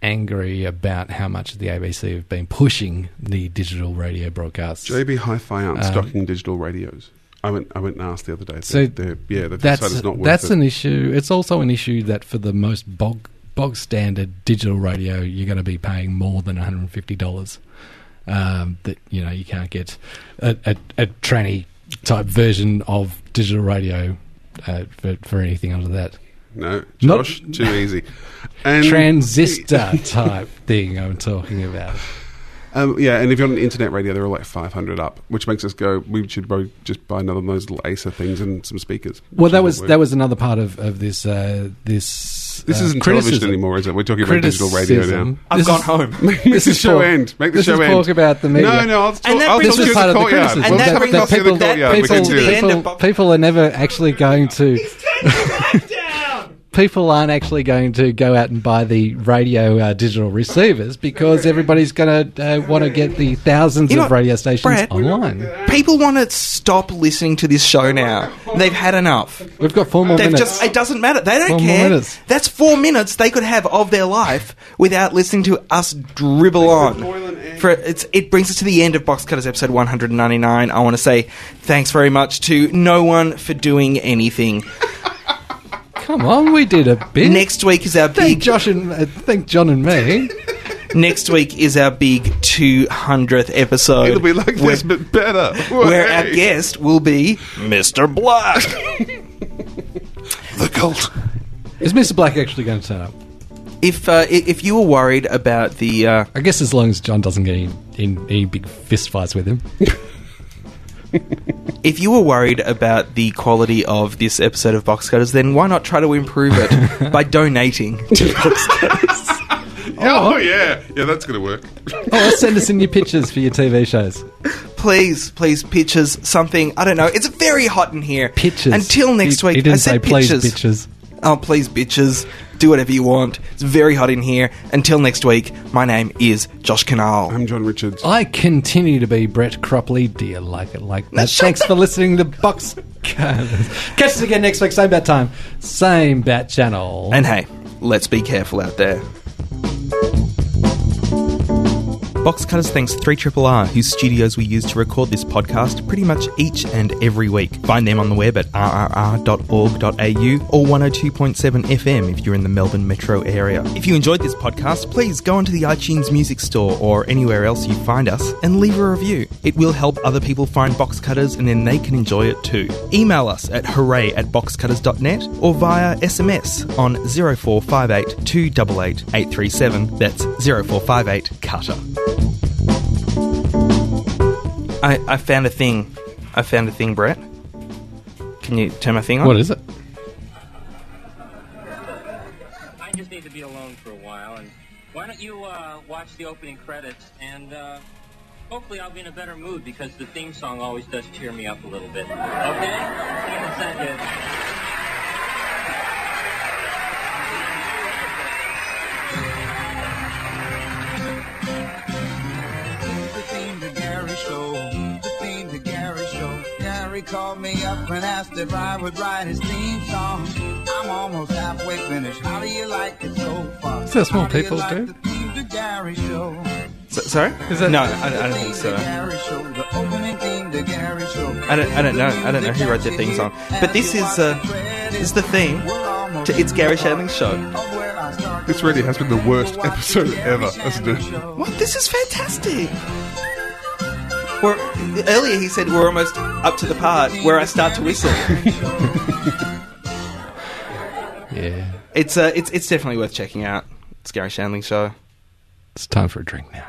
angry about how much the ABC have been pushing the digital radio broadcasts. JB Hi-Fi aren't Um, stocking digital radios. I went. I went and asked the other day. So So they're, yeah, they've that's decided it's not worth that's it. an issue. It's also an issue that for the most bog bog standard digital radio, you're going to be paying more than 150 dollars. Um, that you know you can't get a, a, a tranny type version of digital radio uh, for for anything under that. No, Not- Josh, too easy. And- transistor type thing I'm talking about. Um, yeah, and if you're on internet radio, they're all like 500 up, which makes us go, we should probably just buy another one of those little Acer things and some speakers. Well, which that is was what we- that was another part of of this uh, this. This uh, isn't criticism. television anymore, is it? We're talking about digital radio now. Criticism. I've This gone is- home. Make this the is show talk- end. Make the this show is end. talk about the media. No, no, I'll talk- And that I'll brings talk us to part the of the courtyard. criticism. We'll And that talk brings to us to the the- that courtyard. We brings can us to do the it. end people, people are never actually going to. People aren't actually going to go out and buy the radio uh, digital receivers because everybody's going to uh, want to get the thousands You know of what, radio stations Brad? online. People want to stop listening to this show now. They've had enough. We've got four more They've minutes. just, it doesn't matter. They don't Four more care. minutes. That's four minutes they could have of their life without listening to us dribble on. For it's, it brings us to the end of Box Cutters episode 199. I want to say thanks very much to no one for doing anything. Come on, we did a bit. Next week is our thank big Josh and uh, thank John and me. Next week is our big 200th episode. It'll be like where, this, but better. where our Way. guest will be Mr. Black. The cult. Is Mr. Black actually going to turn up? If uh, i- if you were worried about the, uh, I guess as long as John doesn't get in, in any big fist fights with him. if you were worried about the quality of this episode of Box Cutters, then why not try to improve it by donating to Box Cutters? Oh, yeah. Yeah, that's going to work. Oh, send us in your pictures for your TV shows. Please, please, pictures, something. I don't know. It's very hot in here. Pictures. Until next He- week. he didn't I said say please, pictures. bitches. Oh, please, bitches. Do whatever you want. It's very hot in here. Until next week, my name is Josh Canal. I'm John Richards. I continue to be Brett Cropley. Do you like it like that? Thanks for listening to Box Cutters. Catch us again next week, same bat time, same bat channel. And hey, let's be careful out there. Box Cutters thanks 3RRR, whose studios we use to record this podcast pretty much each and every week. Find them on the web at rrr.org.au or 102.7 FM if you're in the Melbourne metro area. If you enjoyed this podcast, please go onto the iTunes Music Store or anywhere else you find us and leave a review. It will help other people find Box Cutters and then they can enjoy it too. Email us at hooray at boxcutters.net or via SMS on 0458 288 837. That's 0458 Cutter. I, I found a thing. I found a thing, Brett. Can you turn my thing on? What is it? I just need to be alone for a while, and why don't you uh, watch the opening credits, and uh, hopefully I'll be in a better mood because the theme song always does cheer me up a little bit. Okay? I'm gonna send it. The theme to Gary Show. The theme to Gary Show. Gary called me up and asked if I would write his theme song. I'm almost halfway finished. How do you like it so far? Is that How what do you people like do? the theme to Gary Show? S- sorry? Is that- no, I, I don't think so. Gary Show. The opening theme to Gary Show. I don't, I don't know. I don't know who wrote their theme song. But this is uh, is the theme to It's Gary Shandling's show. This really has been the worst episode ever, hasn't it? What? This is fantastic. We're, earlier he said we're almost up to the part where I start to whistle. Yeah. it's uh, it's it's definitely worth checking out. It's Gary Shandling show. It's time for a drink now.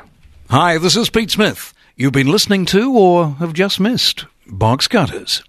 Hi, this is Pete Smith. You've been listening to or have just missed Box Cutters.